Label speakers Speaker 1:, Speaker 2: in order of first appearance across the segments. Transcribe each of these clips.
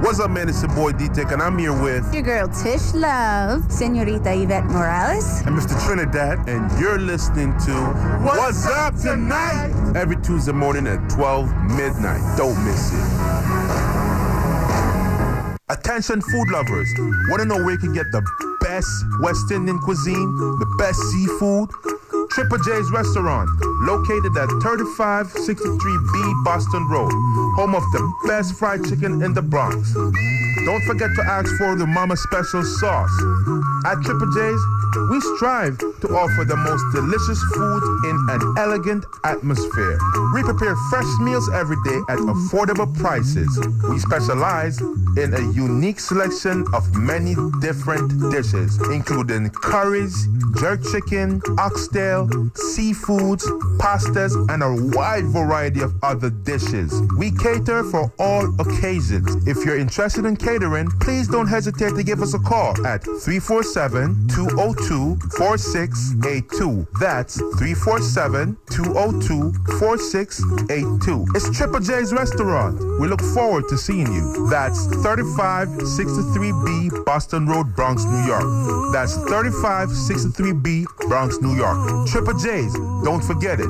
Speaker 1: What's up, man? It's your boy D Dick, and I'm here with
Speaker 2: Your girl Tish Love, Senorita Yvette Morales.
Speaker 1: and Mr. Trinidad, and you're listening to What's, Up Tonight? Every Tuesday morning at 12 midnight. Don't miss it. Attention, food lovers. Want to know where you can get the best West Indian cuisine, the best seafood? Triple J's Restaurant, located at 3563B Boston Road, home of the best fried chicken in the Bronx. Don't forget to ask for the Mama Special sauce. At Triple J's, we strive to offer the most delicious food in an elegant atmosphere. We prepare fresh meals every day at affordable prices. We specialize in a unique selection of many different dishes, including curries, jerk chicken, oxtail, seafoods, pastas, and a wide variety of other dishes. We cater for all occasions. If you're interested in catering, please don't hesitate to give us a call at 347 202 4682. That's 347 202 4682. It's Triple J's Restaurant. We look forward to seeing you. That's 3563B Boston Road, Bronx, New York. That's 3563B Bronx, New York. Triple J's. Don't forget it.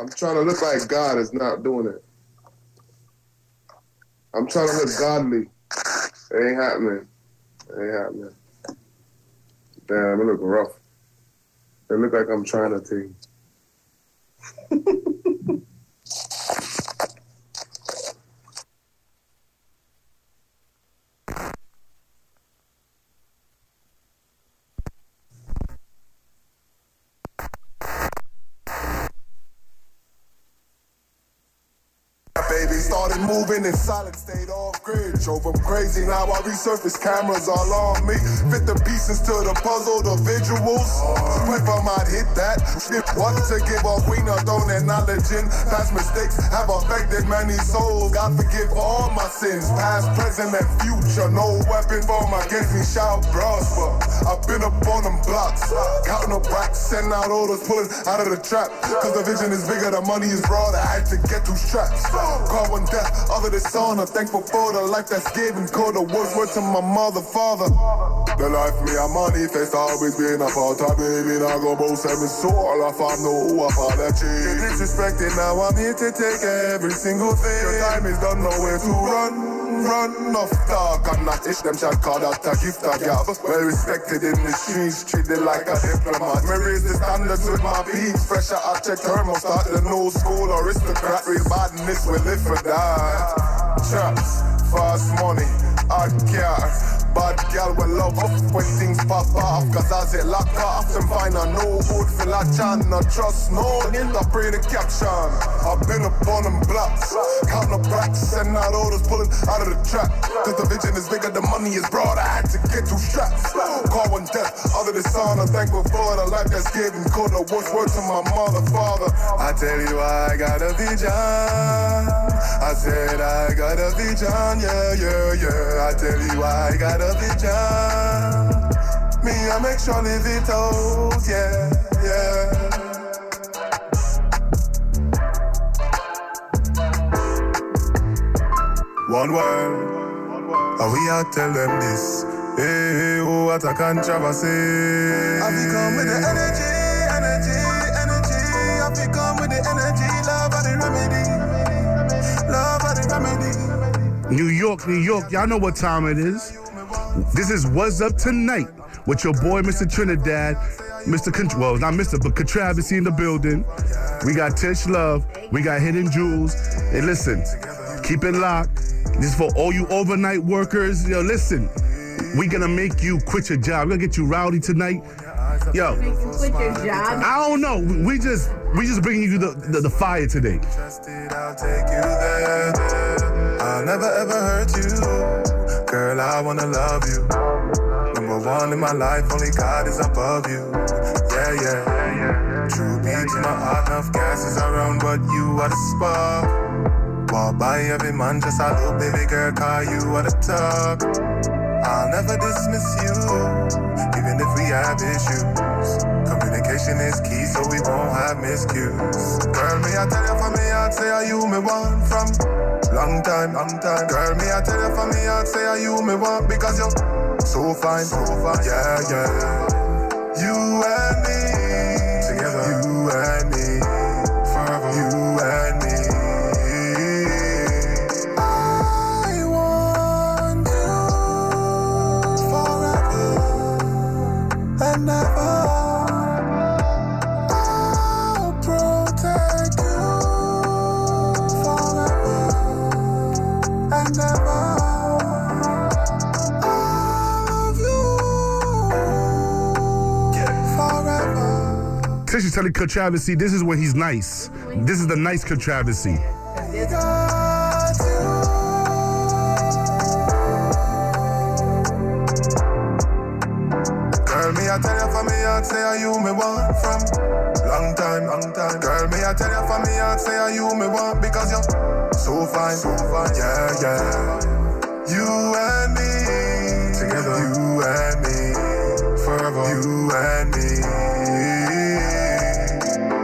Speaker 3: I'm trying to look like God is not doing it. I'm trying to look godly. It ain't happening. It ain't happening. Damn, it look rough. It look like I'm trying to take.
Speaker 4: Baby started moving in solid state off grid. Drove them crazy. Now I resurface cameras all on me. Fit the pieces to the puzzle, the visuals. If I might hit that, if what to give off, we not don't acknowledge in. Past mistakes have affected many souls. God forgive all my sins, past, present, and future. No weapon form against me shall prosper. I've been up on them blocks, counting up racks, sending out orders, pulling out of the trap. Cause the vision is bigger, the money is broader. I had to get through straps. Call one death, other dishonor. Thankful for the life that's given. Call the words, word to my mother, father. The life me I manifest, always been a part of baby. Now go both seven, so all I find know who I found that cheat. Disrespected, now I'm here to take every single thing. Your time is done, nowhere to run. Run off dog, I'm not ish, them shall call that a gift I gab. Well respected in the streets, treated like a diplomat. Me raise the standards with my beats, pressure I check thermostat. The no school aristocrat, real badness, we live for that. Traps, fast money, hard care. Bad gal will love off when things pop off Cause as it lock off and find a no good for a chan No trust no need to pray the caption I've been up on them blocks Counting up racks and out orders pulling out of the trap Cause the vision is bigger, the money is broad I had to get two straps Call one death, other dishonor Thankful for the life that's given Call the worst word to my mother, father I tell you I got a vision I said I got a vision, yeah, yeah, yeah. I tell you I got a vision. Me, I make sure live it out, yeah, yeah. One word, and we are tell them this. Hey, oh, what a controversy. I become with the energy, energy, energy. I become with the energy, love and the remedy. Love and the remedy.
Speaker 5: New York, New York, y'all know what time it is. This is What's Up Tonight with your boy, Mr. Trinidad, Mr. Contr well, not Mr., but Contravacy in the building. We got Tish Love, we got Hidden Jewels. And listen, keep it locked. This is for all you overnight workers. Yo, listen, we gonna make you quit your job. We're gonna get you rowdy tonight. Yo,
Speaker 2: Quit your job.
Speaker 5: I don't know. We just we just bringing you the, the, the fire today.
Speaker 4: Trusted, I'll take you there. I'll never ever hurt you. Girl, I wanna love you. Number one in my life, only God is above you. Yeah, yeah. True beat to my heart, enough gas is around, but you are the spark. Walk by every man, just a little baby girl, call you are the talk. I'll never dismiss you, even if we have issues. Communication is key, so we won't have miscues. Girl, me I tell you for me, I'd say are you me want from. long time, long time. Girl, me I tell you for me, I say are you me want because you're so fine, so fine. Yeah, yeah. You and me together. You and me forever. You and me. I want you forever and ever. I'll oh, protect you forever and ever. I love you forever.
Speaker 1: Tisha telling controversy, this is where he's nice. This is the nice controversy.
Speaker 4: Got you. Girl, me I tell you for me heart, say are you me want from long time, long time. Girl, me I tell you for me heart, say are you me want because you're so fine, so fine, yeah, yeah. You and me together, you and me forever, you and me.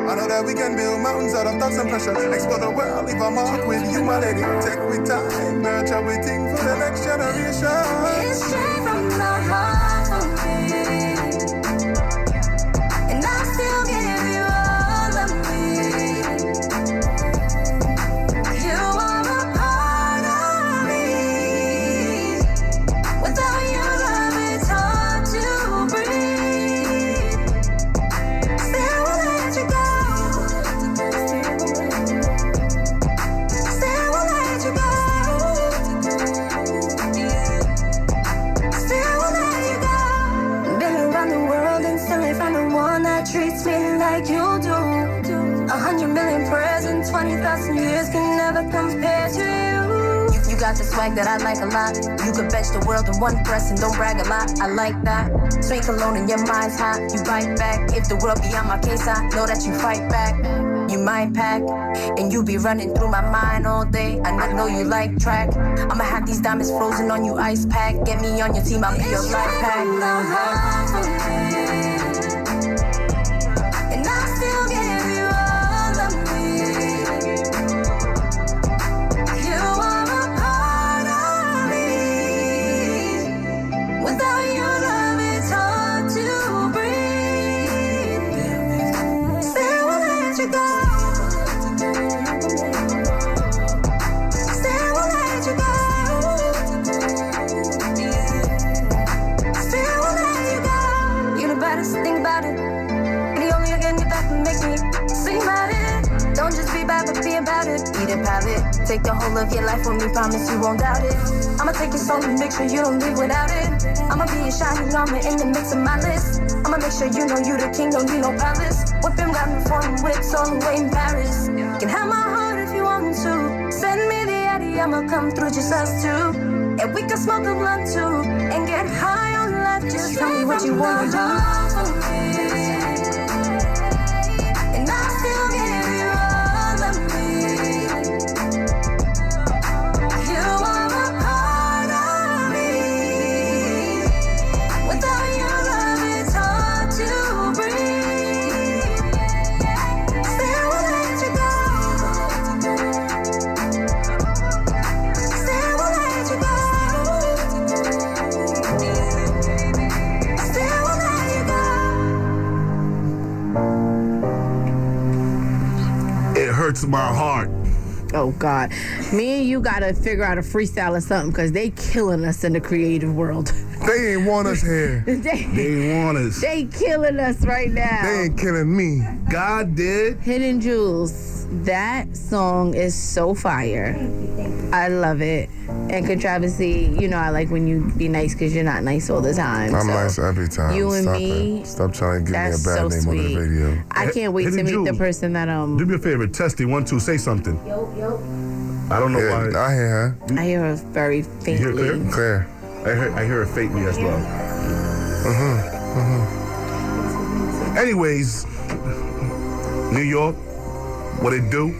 Speaker 4: I know that we can build mountains out of thoughts and pressure. Explore the world, leave a mark with humanity. Take with time, nurture with things for the next generation.
Speaker 6: It's straight from the heart for me. And I still give you all of me. You are a part of me. Without your love, it's hard to breathe. Still won't let you go. Still won't let you go. Still won't let you go. Been around the world and still ain't found the one that treats me like you do. A hundred million prayers and twenty thousand years can never compare to you.
Speaker 2: You, you got the swag that I like a lot. You could bench the world in one press and don't brag a lot. I like that. Drink alone and your mind's hot. You bite back. If the world be on my case, I know that you fight back. You mind pack, and you be running through my mind all day. And I know you like track. I'ma have these diamonds frozen on you, ice pack. Get me on your team, I'll be your
Speaker 6: It's
Speaker 2: life pack.
Speaker 6: from the heart for me. And I still give you all of me. You are a part of me. Without your love, it's hard to breathe. Still won't let you go. Still won't let you go. Still won't let you go. You're the baddest thing about it. And the only again you that can make me sing about it. Don't just be bad, but be about it.
Speaker 2: Eat it, palette. Take the whole of your life with me, promise you won't doubt it. I'ma take your soul and make sure you don't leave without it. I'ma be your shining armor in the mix of my list. I'ma make sure you know you the king, don't need no palace. Whipping round the foreign whips all the way in Paris. Can have my heart if you want to. Send me the Eddie, I'ma come through just us two. And we can smoke a blunt too. And get high on life, just tell me what you wanna do.
Speaker 6: And I still give you all of me. You are a part of me. Without your love, it's hard to breathe. Still won't let you go. Still won't let you go. Still won't let you go.
Speaker 1: It hurts my heart.
Speaker 7: Oh God, me and you gotta figure out a freestyle or something because they killing us in the creative world.
Speaker 4: They ain't want us here.
Speaker 7: they,
Speaker 1: They want us.
Speaker 7: they killing us right now.
Speaker 4: They ain't killing me.
Speaker 1: God did.
Speaker 7: Hidden Jewels. That song is so fire. I love it. And Controversy, you know, I like when you be nice because you're not nice all the time.
Speaker 3: I'm
Speaker 7: so
Speaker 3: nice every time.
Speaker 7: You and
Speaker 3: Stop
Speaker 7: me,
Speaker 3: It. Stop trying to give me a bad
Speaker 7: That's so
Speaker 3: name on
Speaker 7: sweet.
Speaker 3: the radio.
Speaker 7: I can't wait to
Speaker 1: Hidden
Speaker 7: meet the
Speaker 1: Jewels.
Speaker 7: person that um.
Speaker 1: Do me a favor, Testy. One, two, say something. I don't know
Speaker 3: Yeah,
Speaker 1: why.
Speaker 3: I hear her.
Speaker 7: I hear her very
Speaker 1: hear
Speaker 7: faintly.
Speaker 1: clear?
Speaker 3: Claire.
Speaker 1: I hear, I hear her faintly as well. Mm-hmm, Anyways, New York, what it do?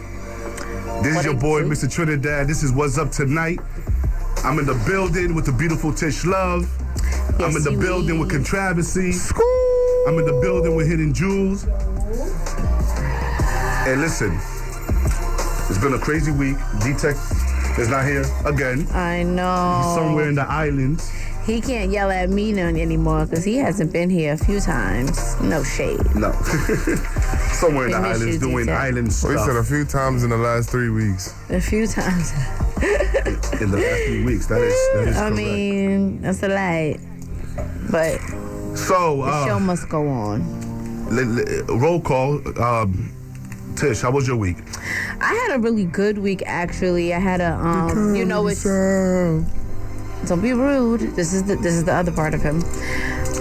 Speaker 1: This is
Speaker 7: What
Speaker 1: your
Speaker 7: it
Speaker 1: boy,
Speaker 7: do?
Speaker 1: Mr. Trinidad. This is what's up tonight. I'm in the building with the beautiful Tish Love. I'm in
Speaker 7: Yes,
Speaker 1: the
Speaker 7: you
Speaker 1: building with
Speaker 7: is.
Speaker 1: Controversy. I'm in the building with Hidden Jewels. And listen, it's been a crazy week. D Tech is not here again.
Speaker 7: I know.
Speaker 1: Somewhere in the islands.
Speaker 7: He can't yell at me none anymore because he hasn't been here a few times. No shade.
Speaker 1: No. Somewhere in the
Speaker 7: We miss
Speaker 1: islands
Speaker 7: you,
Speaker 1: doing
Speaker 7: DJ.
Speaker 1: island stuff.
Speaker 3: We said a few times in the last three weeks.
Speaker 7: A few times.
Speaker 1: in the last few weeks. That is, that is
Speaker 7: I
Speaker 1: correct.
Speaker 7: mean, that's a lie. But
Speaker 1: so
Speaker 7: the show
Speaker 1: uh,
Speaker 7: must go on.
Speaker 1: li- li- roll call. Um, Tish, how was your week?
Speaker 7: I had a really good week actually. I had a um, you know it's don't be rude. This is the this is the other part of him.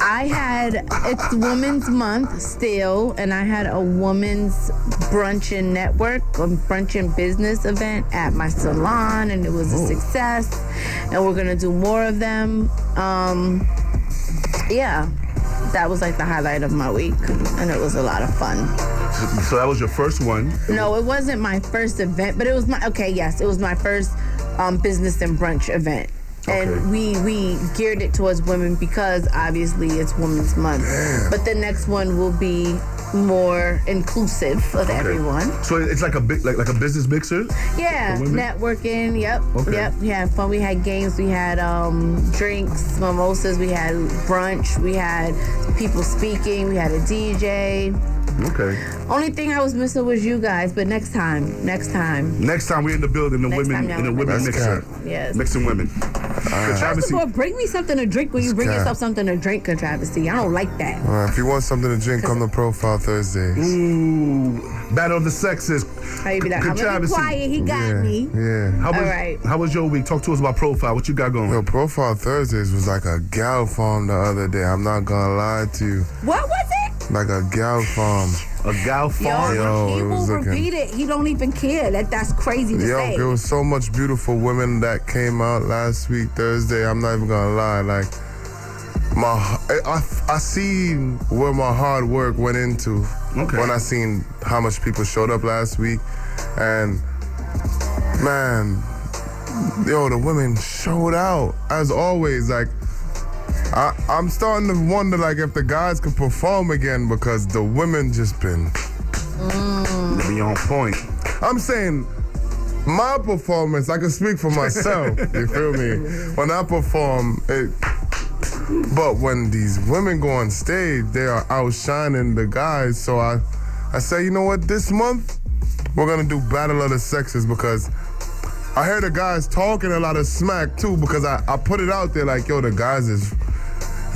Speaker 7: I had it's Women's Month still, and I had a women's brunch and network, a brunch and business event at my salon, and it was a success. And we're gonna do more of them. Um, yeah, that was like the highlight of my week, and it was a lot of fun.
Speaker 1: So that was your first one.
Speaker 7: No, it wasn't my first event, but it was my okay. Yes, it was my first um, business and brunch event,
Speaker 1: Okay.
Speaker 7: and we we geared it towards women because obviously it's Women's Month. But the next one will be more inclusive of everyone.
Speaker 1: So it's like a big, like like a business mixer.
Speaker 7: Yeah,
Speaker 1: For women?
Speaker 7: networking. Yep,
Speaker 1: Okay.
Speaker 7: yep. We had fun. We had games. We had um, drinks, mimosas. We had brunch. We had people speaking. We had a DJ.
Speaker 1: Okay.
Speaker 7: Only thing I was missing was you guys, but next time, next time.
Speaker 1: Next time we in the building, the
Speaker 7: Next time
Speaker 1: women
Speaker 7: y'all
Speaker 1: in the
Speaker 7: in the
Speaker 1: women
Speaker 3: building.
Speaker 1: mixer,
Speaker 3: That's
Speaker 7: Yes.
Speaker 1: mixing women.
Speaker 7: First
Speaker 1: Controversy.
Speaker 7: of all, bring me something to drink when you bring
Speaker 3: Scott.
Speaker 7: yourself something to drink, controversy. I don't like that.
Speaker 3: Uh, if you want something to drink, come to Profile Thursdays.
Speaker 1: Ooh, battle of the sexes.
Speaker 7: How you be like, I'm gonna be
Speaker 1: Controversy.
Speaker 7: quiet. He got
Speaker 3: Yeah,
Speaker 7: me.
Speaker 3: yeah.
Speaker 1: How was,
Speaker 7: right.
Speaker 1: how was your week? Talk to us about profile. What you got going?
Speaker 3: Yo, Profile Thursdays was like a gal farm the other day. I'm not gonna lie to you.
Speaker 7: What was it?
Speaker 3: Like a gal farm.
Speaker 1: A gal
Speaker 7: Yo,
Speaker 1: farm.
Speaker 3: Yo,
Speaker 7: he
Speaker 3: it
Speaker 7: will
Speaker 3: was looking-
Speaker 7: repeat it. He don't even care. That that's crazy to
Speaker 3: Yo,
Speaker 7: say.
Speaker 3: there was so much beautiful women that came out last week, Thursday. I'm not even gonna lie. Like, my, I, I, I seen where my hard work went into
Speaker 1: Okay.
Speaker 3: when I seen how much people showed up last week, and man, yo, the women showed out as always. Like, I, I'm starting to wonder like if the guys could perform again because the women just been.
Speaker 1: Be on point.
Speaker 3: I'm saying my performance, I can speak for myself. you feel me? When I perform, it. But when these women go on stage, they are outshining the guys. So I, I say, you know what? This month, we're gonna do Battle of the Sexes because I hear the guys talking a lot of smack too. Because I, I put it out there like, yo, the guys is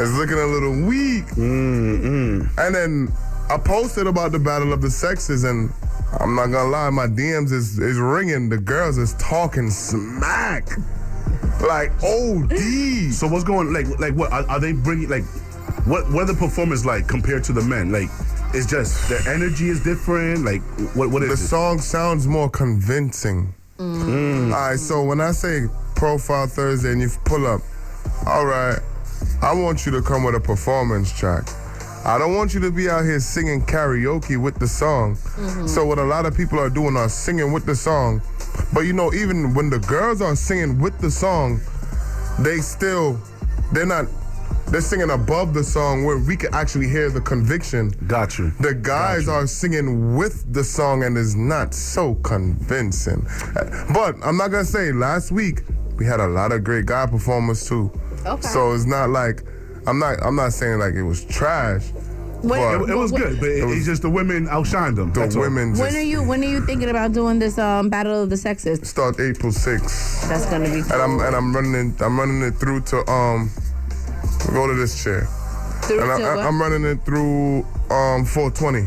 Speaker 3: is looking a little weak. And then I posted about the battle of the sexes, and I'm not gonna lie, my DMs is, is ringing. The girls is talking smack, like OD.
Speaker 1: So what's going? Like like what are, are they bringing? Like what what are the performers like compared to the men? Like it's just their energy is different. Like what what
Speaker 3: The
Speaker 1: is it?
Speaker 3: song sounds more convincing. All right, so when I say Profile Thursday and you pull up, all right, I want you to come with a performance track. I don't want you to be out here singing karaoke with the song. So what a lot of people are doing are singing with the song. But you know, even when the girls are singing with the song, they still they're not they're singing above the song where we can actually hear the conviction.
Speaker 1: Got you.
Speaker 3: The guys are singing with the song and is not so convincing. But I'm not gonna say last week we had a lot of great guy performers too.
Speaker 7: Okay.
Speaker 3: So it's not like I'm not I'm not saying like it was trash.
Speaker 7: when,
Speaker 1: It, it was
Speaker 7: when-
Speaker 1: good, but it- it's just the women outshined them.
Speaker 3: The
Speaker 1: That's all.
Speaker 3: women
Speaker 7: When
Speaker 3: just
Speaker 7: are you when are you thinking about doing this um battle of the sexes?
Speaker 3: start April 6th.
Speaker 7: That's gonna be
Speaker 3: And I'm
Speaker 7: cool.
Speaker 3: and I'm running it I'm running it through to um go to this chair.
Speaker 7: Through
Speaker 3: And I,
Speaker 7: to
Speaker 3: I,
Speaker 7: what?
Speaker 3: I'm running it through um 420.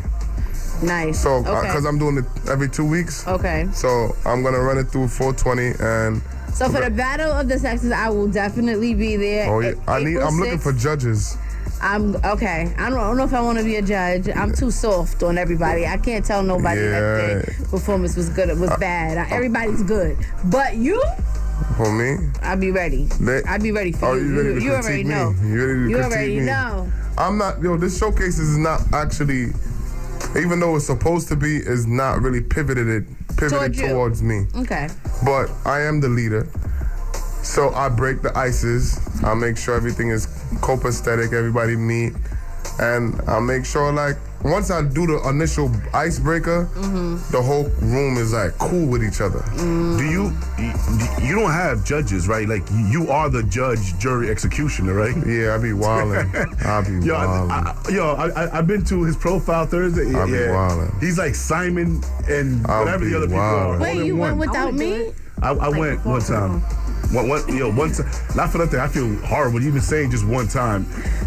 Speaker 7: nice.
Speaker 3: So
Speaker 7: okay.
Speaker 3: because I'm doing it every two weeks.
Speaker 7: okay.
Speaker 3: So I'm gonna run it through 420 and
Speaker 7: So for the battle of the sexes, I will definitely be there.
Speaker 3: Oh, yeah.
Speaker 7: A-
Speaker 3: I need.
Speaker 7: April
Speaker 3: I'm looking
Speaker 7: 6th.
Speaker 3: for judges.
Speaker 7: I'm okay. I don't, I don't know if I want to be a judge. I'm too soft on everybody. I can't tell nobody
Speaker 3: Yeah. Uh,
Speaker 7: that their performance was good. It was bad. I, everybody's good, but you,
Speaker 3: For me,
Speaker 7: I'll be ready.
Speaker 3: They-
Speaker 7: I'll be ready for
Speaker 3: are
Speaker 7: you.
Speaker 3: you ready to
Speaker 7: already
Speaker 3: critique me?
Speaker 7: know.
Speaker 3: You ready to critique
Speaker 7: already
Speaker 3: me?
Speaker 7: know.
Speaker 3: I'm not. Yo, this showcase is not actually, even though it's supposed to be, is not really pivoted it pivoted
Speaker 7: Toward you.
Speaker 3: towards me.
Speaker 7: Okay.
Speaker 3: But I am the leader, so I break the ices. I make sure everything is copacetic. Everybody meet, and I make sure like once I do the initial icebreaker, the whole room is like cool with each other.
Speaker 1: Do you you- you don't have judges, right? Like you- you are the judge, jury, executioner, right?
Speaker 3: Yeah, I be wildin'. I be
Speaker 1: Yo,
Speaker 3: wildin'.
Speaker 1: I, I, yo, I, I, I've been to his profile Thursday.
Speaker 3: I be
Speaker 1: yeah.
Speaker 3: wildin'.
Speaker 1: He's like Simon and
Speaker 3: I
Speaker 1: whatever
Speaker 3: be
Speaker 1: the other people are.
Speaker 3: wildin'.
Speaker 1: all
Speaker 7: Wait,
Speaker 1: in
Speaker 7: you went
Speaker 1: one.
Speaker 7: without me?
Speaker 1: I, I went one time. One, one, yo, one time. Not for nothing. I feel horrible even saying just one time.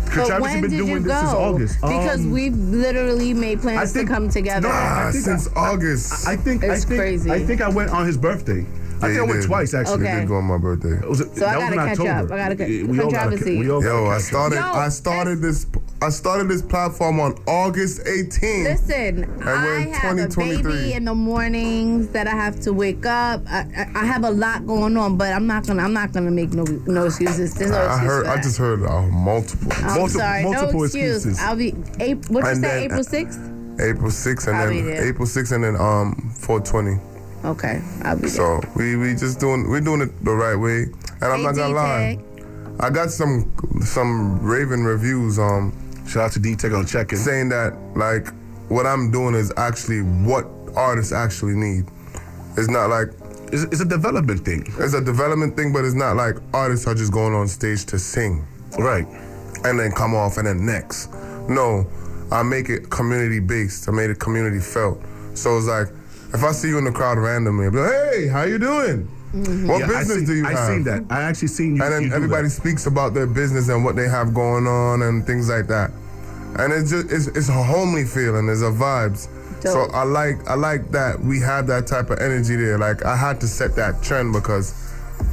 Speaker 7: But
Speaker 1: Travis
Speaker 7: when
Speaker 1: has been
Speaker 7: did
Speaker 1: doing
Speaker 7: you
Speaker 1: this since
Speaker 7: go?
Speaker 1: August.
Speaker 7: Because
Speaker 1: Um,
Speaker 7: we literally made
Speaker 1: I
Speaker 7: plans
Speaker 1: think-
Speaker 7: to come together.
Speaker 1: No. I
Speaker 3: Ah,
Speaker 1: think
Speaker 3: since August.
Speaker 1: I think
Speaker 7: It's
Speaker 1: I think,
Speaker 7: crazy.
Speaker 1: I think I went on his birthday. I think
Speaker 3: Yeah, you
Speaker 1: I went
Speaker 3: did.
Speaker 1: twice actually.
Speaker 3: You
Speaker 7: Okay.
Speaker 3: did go on my birthday.
Speaker 1: It was- that
Speaker 7: I
Speaker 1: was in
Speaker 7: gotta catch
Speaker 1: October.
Speaker 7: up. I gotta ca-
Speaker 1: We
Speaker 7: from
Speaker 1: all gotta-
Speaker 7: Travisy.
Speaker 1: we all gotta
Speaker 3: Yo, I
Speaker 1: catch up.
Speaker 3: started.
Speaker 7: Yo,
Speaker 3: I started this. I started this platform on August 18th.
Speaker 7: Listen,
Speaker 3: we're in
Speaker 7: I have a
Speaker 3: 2023.
Speaker 7: baby in the mornings that I have to wake up. I, I, I have a lot going on, but I'm not gonna I'm not gonna make no no excuses. There's no
Speaker 3: I
Speaker 7: excuse
Speaker 3: heard.
Speaker 7: for that.
Speaker 3: I just heard uh, multiple.
Speaker 7: I'm
Speaker 1: multiple-
Speaker 7: sorry,
Speaker 1: multiple
Speaker 7: no excuse.
Speaker 1: excuses.
Speaker 7: I'll be April. What you
Speaker 3: And
Speaker 7: say?
Speaker 3: then- uh,
Speaker 7: April sixth?
Speaker 3: April 6th and
Speaker 7: I'll be
Speaker 3: then
Speaker 7: there.
Speaker 3: April 6th and then um 420.
Speaker 7: Okay, I'll be there.
Speaker 3: So we we just doing we're doing it the right way. And I'm not gonna lie, I got some some raving reviews um
Speaker 1: Shout out to D Tech on checking.
Speaker 3: saying that like what I'm doing is actually what artists actually need. It's not like
Speaker 1: It's, it's a development thing,
Speaker 3: it's a development thing, but it's not like artists are just going on stage to sing.
Speaker 1: right?
Speaker 3: and then come off and then next. No, I make it community based. I made it community felt. So it's like if I see you in the crowd randomly, i be like, hey, how you doing? What
Speaker 1: Mm-hmm. Yeah, I
Speaker 3: business
Speaker 1: seen-
Speaker 3: do you
Speaker 1: I
Speaker 3: have?
Speaker 1: seen that. I actually seen you.
Speaker 3: And
Speaker 1: you
Speaker 3: then
Speaker 1: do
Speaker 3: everybody
Speaker 1: that.
Speaker 3: speaks about their business and what they have going on and things like that. And it's just it's, it's a homely feeling. There's a vibes. So
Speaker 7: Dope.
Speaker 3: I like I like that we have that type of energy there. Like I had to set that trend because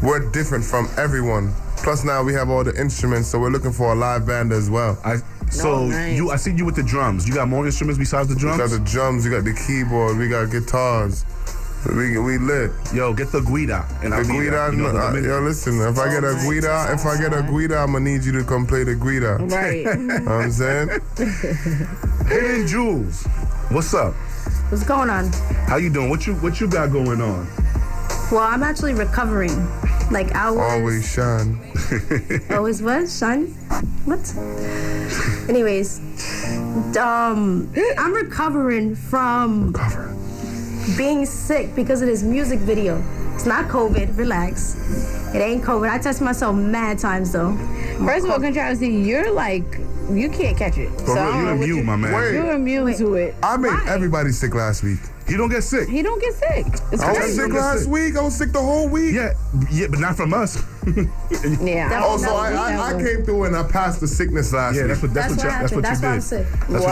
Speaker 3: we're different from everyone. Plus now we have all the instruments, so we're looking for a live band as well.
Speaker 1: I so
Speaker 7: nice.
Speaker 1: you. I seen you with the drums. You got more instruments besides the
Speaker 3: We got
Speaker 1: drums.
Speaker 3: the drums, we got the keyboard, we got guitars. We we lit.
Speaker 1: Yo, get the guida and
Speaker 3: The
Speaker 1: I'll be
Speaker 3: guida,
Speaker 1: there. You know what I
Speaker 3: uh,
Speaker 1: mean?
Speaker 3: yo, listen. If I get a
Speaker 7: my
Speaker 3: guida, if I get a guida, I'ma need you to come play the guida.
Speaker 7: Right.
Speaker 3: You know what I'm saying?
Speaker 1: Hidden jewels. What's up?
Speaker 8: What's going on?
Speaker 1: How you doing? What you what you got going on?
Speaker 8: Well, I'm actually recovering. Like I was
Speaker 3: Always shine.
Speaker 8: always was shine. What? Anyways, um, I'm recovering from
Speaker 3: Cover.
Speaker 8: being sick because of this music video. It's not COVID. Relax. It ain't COVID. I test myself mad times though.
Speaker 7: First of all, controversy. You're like you can't catch it. So
Speaker 1: For real,
Speaker 7: I don't
Speaker 1: you
Speaker 7: know what
Speaker 1: immune, my man.
Speaker 3: Wait.
Speaker 7: You're immune to it.
Speaker 3: I made
Speaker 8: Why?
Speaker 3: everybody sick last week.
Speaker 1: He don't get sick.
Speaker 7: He don't get sick. It's
Speaker 3: I was
Speaker 7: crazy.
Speaker 3: sick
Speaker 1: Don't get
Speaker 3: last
Speaker 1: sick.
Speaker 3: week. I was sick the whole week.
Speaker 1: Yeah, yeah, but not from us.
Speaker 7: Yeah. I
Speaker 3: Oh,
Speaker 7: don't
Speaker 3: so
Speaker 7: know.
Speaker 3: I, I, I
Speaker 7: That was-
Speaker 3: came through and I passed the sickness last
Speaker 1: Yeah,
Speaker 3: week.
Speaker 1: that's what that's,
Speaker 8: That's
Speaker 1: what,
Speaker 8: what
Speaker 1: you, that's what
Speaker 8: happened.
Speaker 1: you
Speaker 8: That's why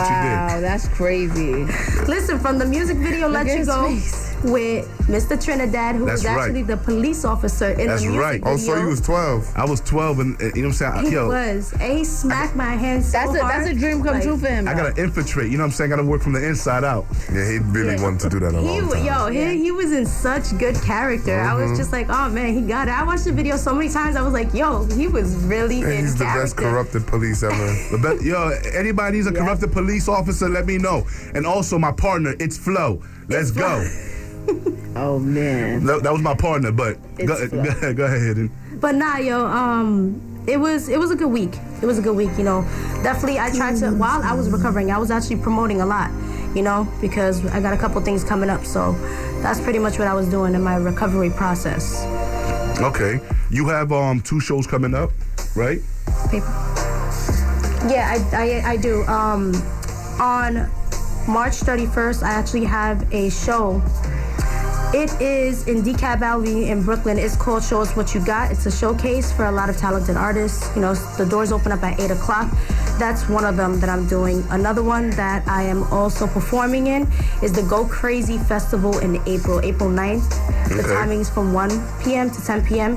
Speaker 1: did.
Speaker 8: I'm
Speaker 1: That's
Speaker 8: sick.
Speaker 7: wow, that's crazy.
Speaker 8: Listen, from the music video, let
Speaker 7: at
Speaker 8: you
Speaker 7: his
Speaker 8: go
Speaker 7: face.
Speaker 8: with Mr. Trinidad, who
Speaker 1: That's
Speaker 8: was
Speaker 1: right.
Speaker 8: actually the police officer in
Speaker 1: That's
Speaker 8: the music
Speaker 1: right.
Speaker 8: video.
Speaker 3: Oh, so you was 12.
Speaker 1: I was 12 and uh, you know what I'm saying?
Speaker 8: He
Speaker 1: Yo,
Speaker 8: was. And he smacked my hand so
Speaker 7: That's a
Speaker 8: hard.
Speaker 7: that's a dream come
Speaker 8: Like,
Speaker 7: true for him.
Speaker 1: I gotta infiltrate. You know what I'm saying? I gotta work from the inside out.
Speaker 3: Yeah, he really wanted to do that a long
Speaker 8: He,
Speaker 3: Mm-hmm.
Speaker 8: w-
Speaker 3: time.
Speaker 8: yo, he, he was in such good character. I was just like, oh man, he got it. I watched the video so many times. I was like, yo, he was really in
Speaker 3: He's the
Speaker 8: character.
Speaker 3: best corrupted police ever.
Speaker 1: The be- yo, anybody who's a corrupted police officer, let me know. And also my partner, it's Flo. Let's go.
Speaker 7: oh man.
Speaker 1: That, that was my partner, but go,
Speaker 7: It's Flo.
Speaker 1: go ahead, Hidden.
Speaker 8: But nah, yo, um, it was it was a good week. It was a good week, you know. Definitely, I tried
Speaker 3: Mm-hmm.
Speaker 8: to while I was recovering, I was actually promoting a lot, you know, because I got a couple things coming up. So that's pretty much what I was doing in my recovery process.
Speaker 1: Okay. You have um two shows coming up, right?
Speaker 8: Yeah, I, I, I do. Um, on March 31st, I actually have a show. It is in Decab Alley in Brooklyn. It's called Show Us What You Got. It's a showcase for a lot of talented artists. You know, the doors open up at 8 o'clock. That's one of them that I'm doing. Another one that I am also performing in is the Go Crazy Festival in April, April 9th. The
Speaker 3: Okay.
Speaker 8: timing is from 1 p.m. to 10 p.m.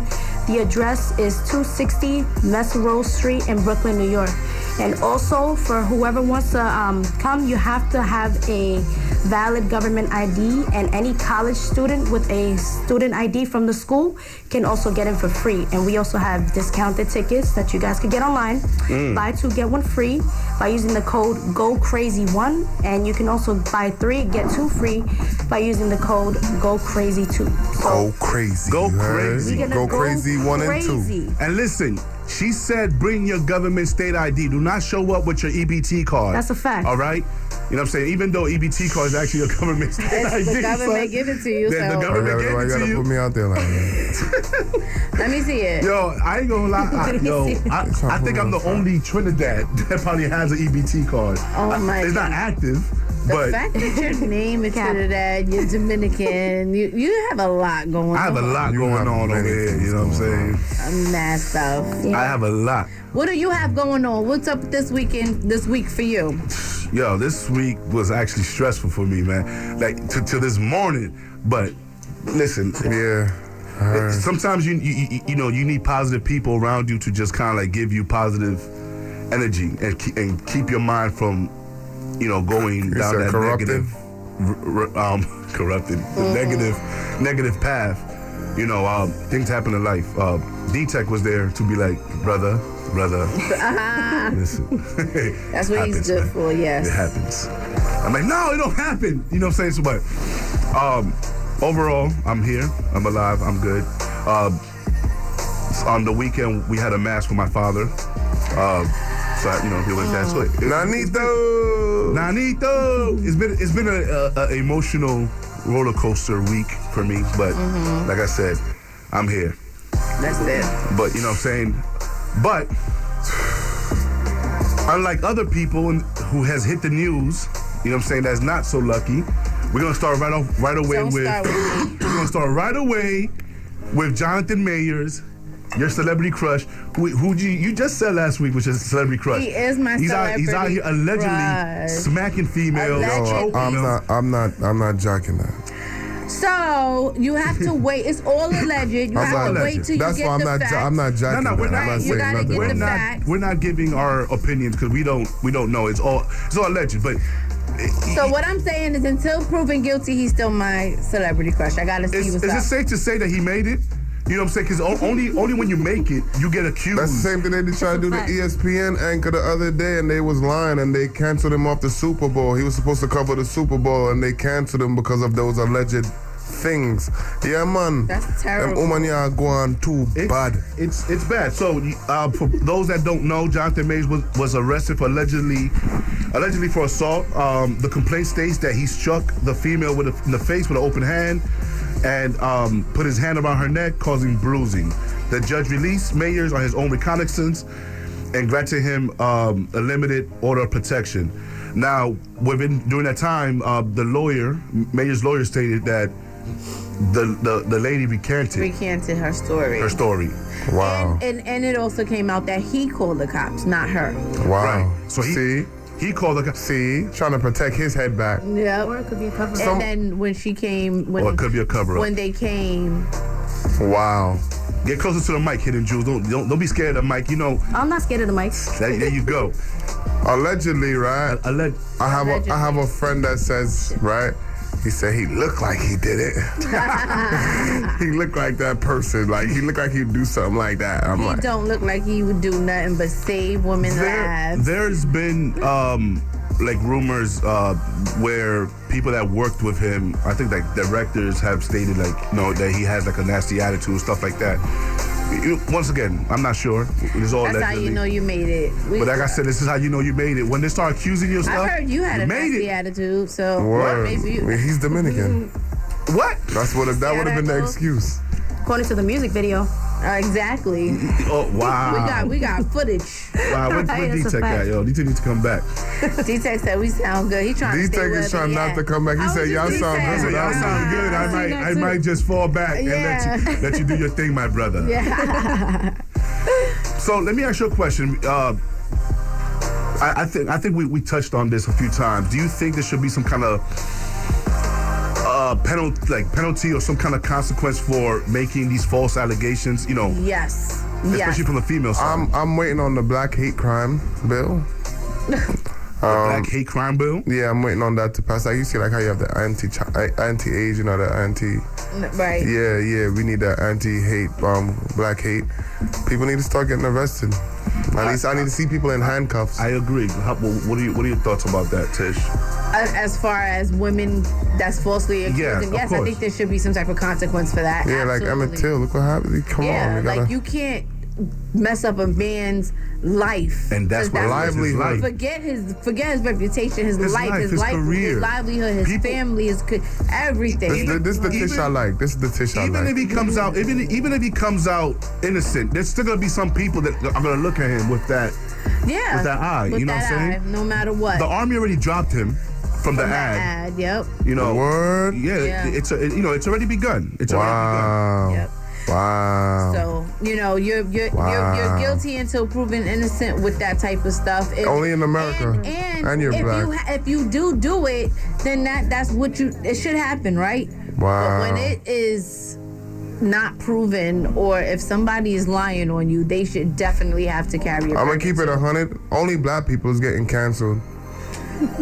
Speaker 8: The address is 260 Mesero Street in Brooklyn, New York. And also, for whoever wants to um, come, you have to have a valid government ID, and any college student with a student ID from the school can also get in for free. And we also have discounted tickets that you guys could get online. Buy two, get one free by using the code GOCRAZY1. And you can also buy three, get two free by using the code GOCRAZY2.
Speaker 3: Go crazy.
Speaker 1: Go
Speaker 3: you heard?
Speaker 1: crazy.
Speaker 8: We're gonna
Speaker 3: Go, crazy one and two.
Speaker 8: crazy.
Speaker 1: And listen, she said bring your government state ID. Do not show up with your EBT card.
Speaker 8: That's a fact.
Speaker 1: All right? You know what I'm saying? Even though EBT card is actually a government state
Speaker 7: It's
Speaker 1: ID,
Speaker 7: the
Speaker 1: son.
Speaker 7: government give it to you,
Speaker 1: The- the
Speaker 7: so
Speaker 1: government- They
Speaker 3: Why
Speaker 1: gave
Speaker 3: you gotta, why
Speaker 1: it
Speaker 3: you
Speaker 1: to
Speaker 3: gotta
Speaker 1: you.
Speaker 3: put me out there like that?
Speaker 7: let me see it.
Speaker 1: Yo, I ain't gonna lie. I, yo, I, I think I'm the only Trinidad that probably has an EBT card.
Speaker 7: Oh
Speaker 1: I-
Speaker 7: my
Speaker 1: It's not active,
Speaker 7: The
Speaker 1: but
Speaker 7: fact that your name is
Speaker 8: Cap.
Speaker 7: Trinidad, you're Dominican, you you have a lot going.
Speaker 1: I have a
Speaker 7: on.
Speaker 1: lot
Speaker 3: You
Speaker 1: going
Speaker 3: have
Speaker 1: on over
Speaker 3: many
Speaker 1: here.
Speaker 3: things
Speaker 1: You know what I'm
Speaker 3: going
Speaker 1: saying?
Speaker 7: I'm mad stuff.
Speaker 1: I have a lot.
Speaker 7: What do you have going on? What's up this weekend? This week for you?
Speaker 1: Yo, this week was actually stressful for me, man. Like to, to this morning, but listen,
Speaker 3: Yeah. I heard.
Speaker 1: sometimes you, you you- you know you need positive people around you to just kind of like give you positive energy and keep, and keep your mind from you know going
Speaker 3: You
Speaker 1: down
Speaker 3: said
Speaker 1: that
Speaker 3: corrupted?
Speaker 1: negative r- r- um corrupted the
Speaker 3: Mm-hmm.
Speaker 1: negative negative path you know um, things happen in life uh, d-tech was there to be like brother brother listen
Speaker 7: Uh-huh. That's what
Speaker 1: Happens,
Speaker 7: he's good
Speaker 1: man.
Speaker 7: for. Yes.
Speaker 1: It happens. I'm like, no, it don't happen. You know what I'm saying? So, but um, overall, I'm here. I'm alive. I'm good. Uh, on the weekend, we had a mass with my father. Uh, so I, you know, he went that way.
Speaker 3: Nanito!
Speaker 1: Nanito, it's been it's been a, a, a emotional roller coaster week for me, but like I said, I'm here.
Speaker 7: That's it.
Speaker 1: But you know what I'm saying? But unlike other people in- who has hit the news, you know what I'm saying, that's not so lucky, we're gonna start right off right away
Speaker 7: Don't
Speaker 1: with,
Speaker 7: start with
Speaker 1: we're gonna start right away with Jonathan Mayers. Your celebrity crush, who, who you, you just said last week, which is celebrity crush.
Speaker 7: He is my
Speaker 1: he's out, He's out
Speaker 7: celebrity
Speaker 1: here allegedly
Speaker 7: crush.
Speaker 1: smacking females.
Speaker 7: Allegedly.
Speaker 1: choking
Speaker 3: I'm
Speaker 1: them.
Speaker 3: not, I'm not, I'm not jocking that.
Speaker 7: So you have to wait. It's all alleged. You
Speaker 3: I'm
Speaker 7: have
Speaker 3: not,
Speaker 7: to wait till
Speaker 3: that's
Speaker 7: you get
Speaker 3: why I'm
Speaker 7: the
Speaker 3: not, jo-
Speaker 7: facts.
Speaker 3: I'm not jocking
Speaker 1: No, no, we're
Speaker 3: that.
Speaker 1: not-
Speaker 3: I'm not
Speaker 1: Right,
Speaker 7: you
Speaker 3: saying
Speaker 7: gotta
Speaker 3: nothing.
Speaker 7: get
Speaker 1: we're
Speaker 7: the
Speaker 1: not
Speaker 7: facts.
Speaker 1: we're not giving our opinions because we don't we don't know. It's all it's all alleged, but
Speaker 7: So what I'm saying is, until proven guilty, he's still my celebrity crush. I gotta see
Speaker 1: is, is
Speaker 7: what's
Speaker 1: it
Speaker 7: up.
Speaker 1: safe to say that he made it? You know what I'm saying? Because only only when you make it, you get accused.
Speaker 3: That's the same thing they did try to E do the
Speaker 8: Right.
Speaker 3: ESPN anchor the other day, and they was lying, and they canceled him off the Super Bowl. He was supposed to cover the Super Bowl, and they canceled him because of those alleged things. Yeah, man.
Speaker 7: That's terrible.
Speaker 3: Them woman yeah go on too
Speaker 1: It's-
Speaker 3: bad.
Speaker 1: It's it's bad. So uh, for those that don't know, Jonathan Mays was, was arrested for allegedly allegedly for assault. Um, the complaint states that he struck the female with a, in the face with an open hand and um, put his hand around her neck, causing bruising. The judge released Mayers on his own reconnaissance and granted him um, a limited order of protection. Now, within during that time, uh, the lawyer, Mayer's lawyer, stated that the the, the lady recanted
Speaker 7: Recanted her story.
Speaker 1: her story.
Speaker 3: Wow.
Speaker 1: Oh.
Speaker 7: And and it also came out that he called the cops, not her.
Speaker 3: Wow.
Speaker 1: Right. Oh, So he
Speaker 3: see,
Speaker 1: he called the co-
Speaker 3: see, trying to protect his head back.
Speaker 7: Yep.
Speaker 8: Or it could be a cover.
Speaker 7: And then when she came, when
Speaker 1: Or it could be a cover-up.
Speaker 7: When they came,
Speaker 3: Wow.
Speaker 1: Get closer to the mic, hidden jewels. Don't don't, don't be scared of the mic. You know
Speaker 8: I'm not scared of the mic.
Speaker 1: that, there you go.
Speaker 3: Allegedly, right?
Speaker 1: I let
Speaker 3: I have a I have a friend that says right. He said he looked like he did it. he looked like that person. Like he looked like he'd do something like that. I'm
Speaker 7: he
Speaker 3: like,
Speaker 7: don't look like he would do nothing but save women's
Speaker 1: there.
Speaker 7: lives.
Speaker 1: There's been um like rumors uh where people that worked with him, I think like directors have stated like no that he has like a nasty attitude stuff like that. You- Once again, I'm not sure. It's all
Speaker 7: That's how
Speaker 1: allegedly.
Speaker 7: you know you made it. We-
Speaker 1: But like I said, this is how you know you made it. When they start accusing you of stuff,
Speaker 7: I heard you had a
Speaker 1: made
Speaker 7: nasty
Speaker 1: it.
Speaker 7: attitude, so
Speaker 3: Word.
Speaker 7: maybe you.
Speaker 3: He's Dominican.
Speaker 1: What?
Speaker 3: That's what that would have been the
Speaker 7: Theoretical.
Speaker 3: excuse.
Speaker 8: According to the music video.
Speaker 7: Uh, exactly.
Speaker 1: Oh wow!
Speaker 7: We got we got footage.
Speaker 1: wow, where,
Speaker 8: Right,
Speaker 1: where
Speaker 8: that's a
Speaker 1: D-Tech
Speaker 8: fact.
Speaker 1: at, yo? D-Tech needs to come back.
Speaker 7: D-Tech said we sound good. He trying
Speaker 3: These
Speaker 7: to stay
Speaker 3: niggas
Speaker 7: wherever
Speaker 3: trying
Speaker 7: he
Speaker 3: not
Speaker 7: at.
Speaker 3: to come back. He
Speaker 8: I
Speaker 3: said,
Speaker 8: was
Speaker 3: "Y'all
Speaker 8: just
Speaker 3: sound
Speaker 8: saying.
Speaker 3: good.
Speaker 1: So y'all sound good. I might, I might just fall back and let you, let you do your thing, my brother. so let me ask you a question. Uh, I, I think I think we, we touched on this a few times. Do you think there should be some kind of uh, penalty, like penalty, or some kind of consequence for making these false allegations? You know,
Speaker 7: Yes. Yes.
Speaker 1: especially from the female side.
Speaker 3: I'm I'm waiting on the black hate crime bill.
Speaker 1: like hate crime bill.
Speaker 3: Yeah, I'm waiting on that to pass. Like you see, like how you have the anti anti Asian or the anti.
Speaker 7: right.
Speaker 3: Yeah, yeah, we need that anti hate, um, black hate. People need to start getting arrested. At least I need to see people in handcuffs.
Speaker 1: I agree. How, what are you, what are your thoughts about that, Tish?
Speaker 7: As, as far as women that's falsely accused,
Speaker 1: Yeah,
Speaker 7: and
Speaker 1: of
Speaker 7: yes, I
Speaker 1: course.
Speaker 7: think there should be some type of consequence for that.
Speaker 3: Yeah, like Emmett
Speaker 7: Absolutely.
Speaker 3: Till. Look what happened. Come
Speaker 7: Yeah,
Speaker 3: on, we gotta,
Speaker 7: like you can't mess up a man's life.
Speaker 1: And that's
Speaker 7: 'Cause
Speaker 1: what
Speaker 3: Livelihood.
Speaker 1: livelihood.
Speaker 7: Forget his forget his reputation, his,
Speaker 1: His
Speaker 7: life,
Speaker 1: life,
Speaker 7: his,
Speaker 1: his
Speaker 7: life,
Speaker 1: career.
Speaker 7: his livelihood, his
Speaker 1: People-
Speaker 7: family, his co- everything.
Speaker 3: This, this, this is the
Speaker 1: Even-
Speaker 3: Tish I like. This is the Tish I
Speaker 1: Even if
Speaker 3: like.
Speaker 1: he comes out, even even if he comes out innocent, there's still gonna be some people that are gonna look at him with that.
Speaker 7: yeah,
Speaker 1: with that eye,
Speaker 7: With
Speaker 1: you know what I'm
Speaker 7: that
Speaker 1: saying?
Speaker 7: eye, no matter what.
Speaker 1: The army already dropped him from the
Speaker 7: That
Speaker 1: ad.
Speaker 7: ad, Yep.
Speaker 1: You know,
Speaker 3: Word.
Speaker 1: yeah,
Speaker 7: Yeah.
Speaker 1: it's a, you know it's already begun. It's already
Speaker 3: Wow.
Speaker 7: Yep.
Speaker 3: Wow.
Speaker 7: So you know you're you're, you're
Speaker 3: Wow.
Speaker 7: you're guilty until proven innocent with that type of stuff. If-
Speaker 3: Only in America.
Speaker 7: And, and,
Speaker 3: And you're
Speaker 7: if
Speaker 3: black.
Speaker 7: you ha- if you do do it, then that that's what you it should happen, right?
Speaker 3: Wow.
Speaker 7: But when it is not proven, or if somebody is lying on you, they should definitely have to carry. a
Speaker 3: I'm gonna
Speaker 7: verdict.
Speaker 3: keep it a hundred. Only black people is getting canceled.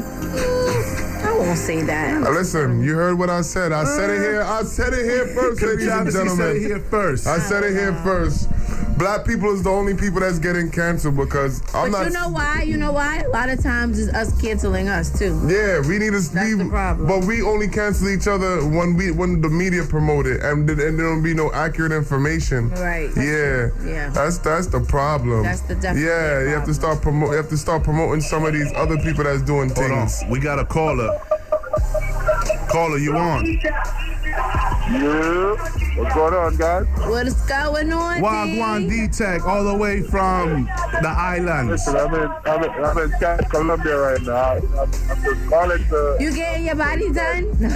Speaker 7: I won't say that.
Speaker 3: Uh, Listen, you heard what I said. I said it here. I said it here first,
Speaker 1: begun.
Speaker 3: ladies and
Speaker 1: Travis, he said it
Speaker 3: gentlemen.
Speaker 1: here first.
Speaker 3: I said it here first. Black people is the only people that's getting canceled because I'm
Speaker 7: But
Speaker 3: not.
Speaker 7: you know why? You know why? A lot of times it's us canceling us too.
Speaker 3: Yeah, we need to. we,
Speaker 7: the problem.
Speaker 3: But we only cancel each other when we when the media promote it, and, th- and there don't be no accurate information.
Speaker 7: Right.
Speaker 3: Yeah.
Speaker 7: Yeah.
Speaker 3: That's that's the problem.
Speaker 7: That's the definitely
Speaker 3: Yeah,
Speaker 7: the
Speaker 3: you have to
Speaker 7: problem.
Speaker 3: start promote. You have to start promoting some of these other people that's doing
Speaker 1: Hold on,
Speaker 3: things.
Speaker 1: we got a caller. Caller, you on?
Speaker 4: Yeah. What's going on, guys?
Speaker 7: What's going on? D?
Speaker 1: Wagwan D Tech, all the way from the islands.
Speaker 4: Listen, I'm in, I'm in, I'm in Cali, Colombia right now. I'm, I'm just calling to.
Speaker 7: You getting your body done?
Speaker 4: I'm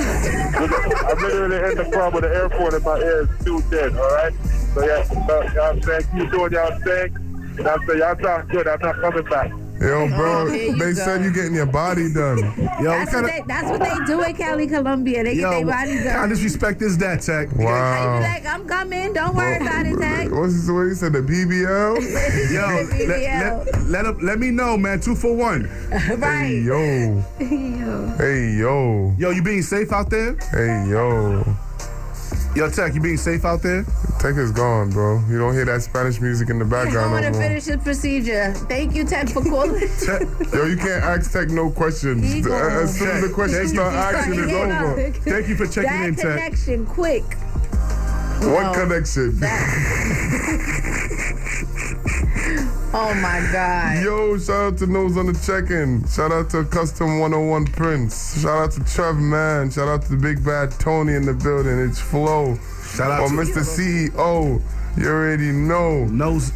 Speaker 4: literally in the car with the airport in my ears, too dead, all right? So, yeah, so, y'all saying, keep doing y'all thing. And I say, y'all sound good. I'm not coming back.
Speaker 3: Yo, bro,
Speaker 7: Oh, here you
Speaker 3: they said
Speaker 7: go.
Speaker 3: you getting your body done.
Speaker 1: Yo,
Speaker 7: That's what, they, that's what they do in Cali, Colombia. They get
Speaker 1: yo,
Speaker 7: their body
Speaker 1: how
Speaker 7: done.
Speaker 1: disrespect is that, Tech?
Speaker 7: They be
Speaker 3: Wow.
Speaker 7: like, I'm coming. Don't worry about it, Tech.
Speaker 3: What's this, what he said? The BBL?
Speaker 1: Yo, let, let, let, up- let me know, man. Two for one.
Speaker 3: Hey
Speaker 7: Right.
Speaker 3: yo. Hey yo.
Speaker 1: Yo, you being safe out there?
Speaker 3: Hey yo.
Speaker 1: Yo, Tech, you being safe out there?
Speaker 3: Tech is gone, bro. You don't hear that Spanish music in the
Speaker 7: I
Speaker 3: background
Speaker 7: want
Speaker 3: no
Speaker 7: to
Speaker 3: more.
Speaker 7: finish the procedure. Thank you, Tech, for calling.
Speaker 1: Tech,
Speaker 3: Yo, you can't ask Tech no questions.
Speaker 7: Eagle.
Speaker 3: As soon as the questions start action, it's
Speaker 7: Yeah, no.
Speaker 3: over.
Speaker 1: thank you for checking
Speaker 7: that
Speaker 1: in, Tech.
Speaker 7: connection, quick.
Speaker 3: What connection?
Speaker 7: Oh my God.
Speaker 3: Yo, shout out to Nose on the check-in. Shout out to Custom 101 Prince. Shout out to Trev Man. Shout out to Big Bad Tony in the building. It's Flo.
Speaker 1: Shout out
Speaker 3: or
Speaker 1: to-
Speaker 3: Mr. CEO. You already know.
Speaker 1: Nose.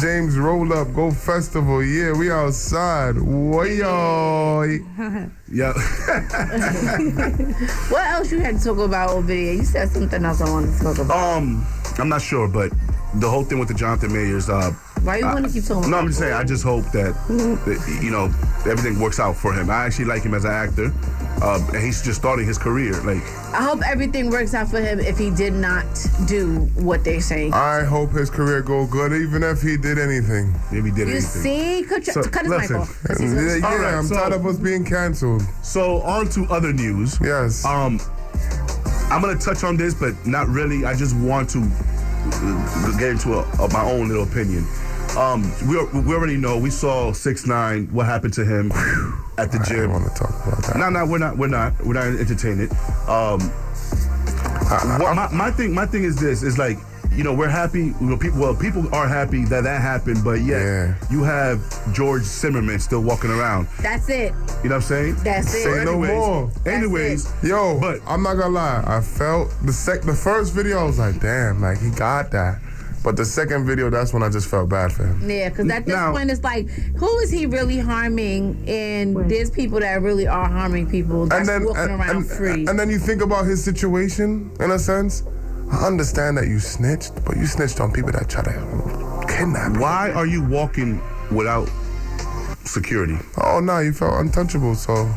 Speaker 3: James Roll Up Go Festival. Yeah, we outside. Yo.
Speaker 1: Yo,
Speaker 7: What else you had to talk about over there? You said something else I wanted to talk about.
Speaker 1: um, I'm not sure, but the whole thing with the Jonathan Mayers, uh,
Speaker 7: Why you want to keep Mm-hmm. talking
Speaker 1: no,
Speaker 7: about
Speaker 1: I'm just saying, I just hope that, that, you know, everything works out for him. I actually like him as an actor, uh, and he's just starting his career. Like,
Speaker 7: I hope everything works out for him if he did not do what they say.
Speaker 3: I hope his career go good, even if he did anything.
Speaker 1: maybe he did
Speaker 7: You
Speaker 1: anything.
Speaker 7: see? Cut, your,
Speaker 1: So,
Speaker 7: cut his
Speaker 1: listen.
Speaker 7: mic off. 'cause he's
Speaker 3: Yeah, yeah,
Speaker 1: All right,
Speaker 3: I'm
Speaker 1: so-
Speaker 3: tired of us being canceled.
Speaker 1: So, on to other news.
Speaker 3: Yes.
Speaker 1: Um, I'm gonna touch on this, but not really. I just want to uh, get into a, a- my own little opinion. Um, we, al- we already know. We saw six nine. What happened to him at the
Speaker 3: I
Speaker 1: gym?
Speaker 3: want to talk about that.
Speaker 1: No, no, we're not. We're not. We're not entertaining it. Um, what- my, my thing, my thing is this: is like, you know, we're happy. Well, people, well, people are happy that that happened, but yet
Speaker 3: Yeah.
Speaker 1: you have George Zimmerman still walking around.
Speaker 7: That's it.
Speaker 1: You know what I'm saying?
Speaker 7: That's it.
Speaker 3: Say no
Speaker 1: anyways,
Speaker 3: more.
Speaker 1: Anyways,
Speaker 3: Yo,
Speaker 1: But-
Speaker 3: I'm not gonna lie. I felt the sec the first video. I was like, damn, like he got that. But the second video, that's when I just felt bad for him.
Speaker 7: Yeah, because at this
Speaker 1: Now-
Speaker 7: point, it's like, who is he really harming? And there's people that really are harming people that's
Speaker 3: And then,
Speaker 7: walking
Speaker 3: and,
Speaker 7: around
Speaker 3: and-
Speaker 7: free.
Speaker 3: and then you think about his situation in a sense. I understand that you snitched, but you snitched on people that try to kidnap. you.
Speaker 1: Why are you walking without security?
Speaker 3: Oh no, you felt untouchable, so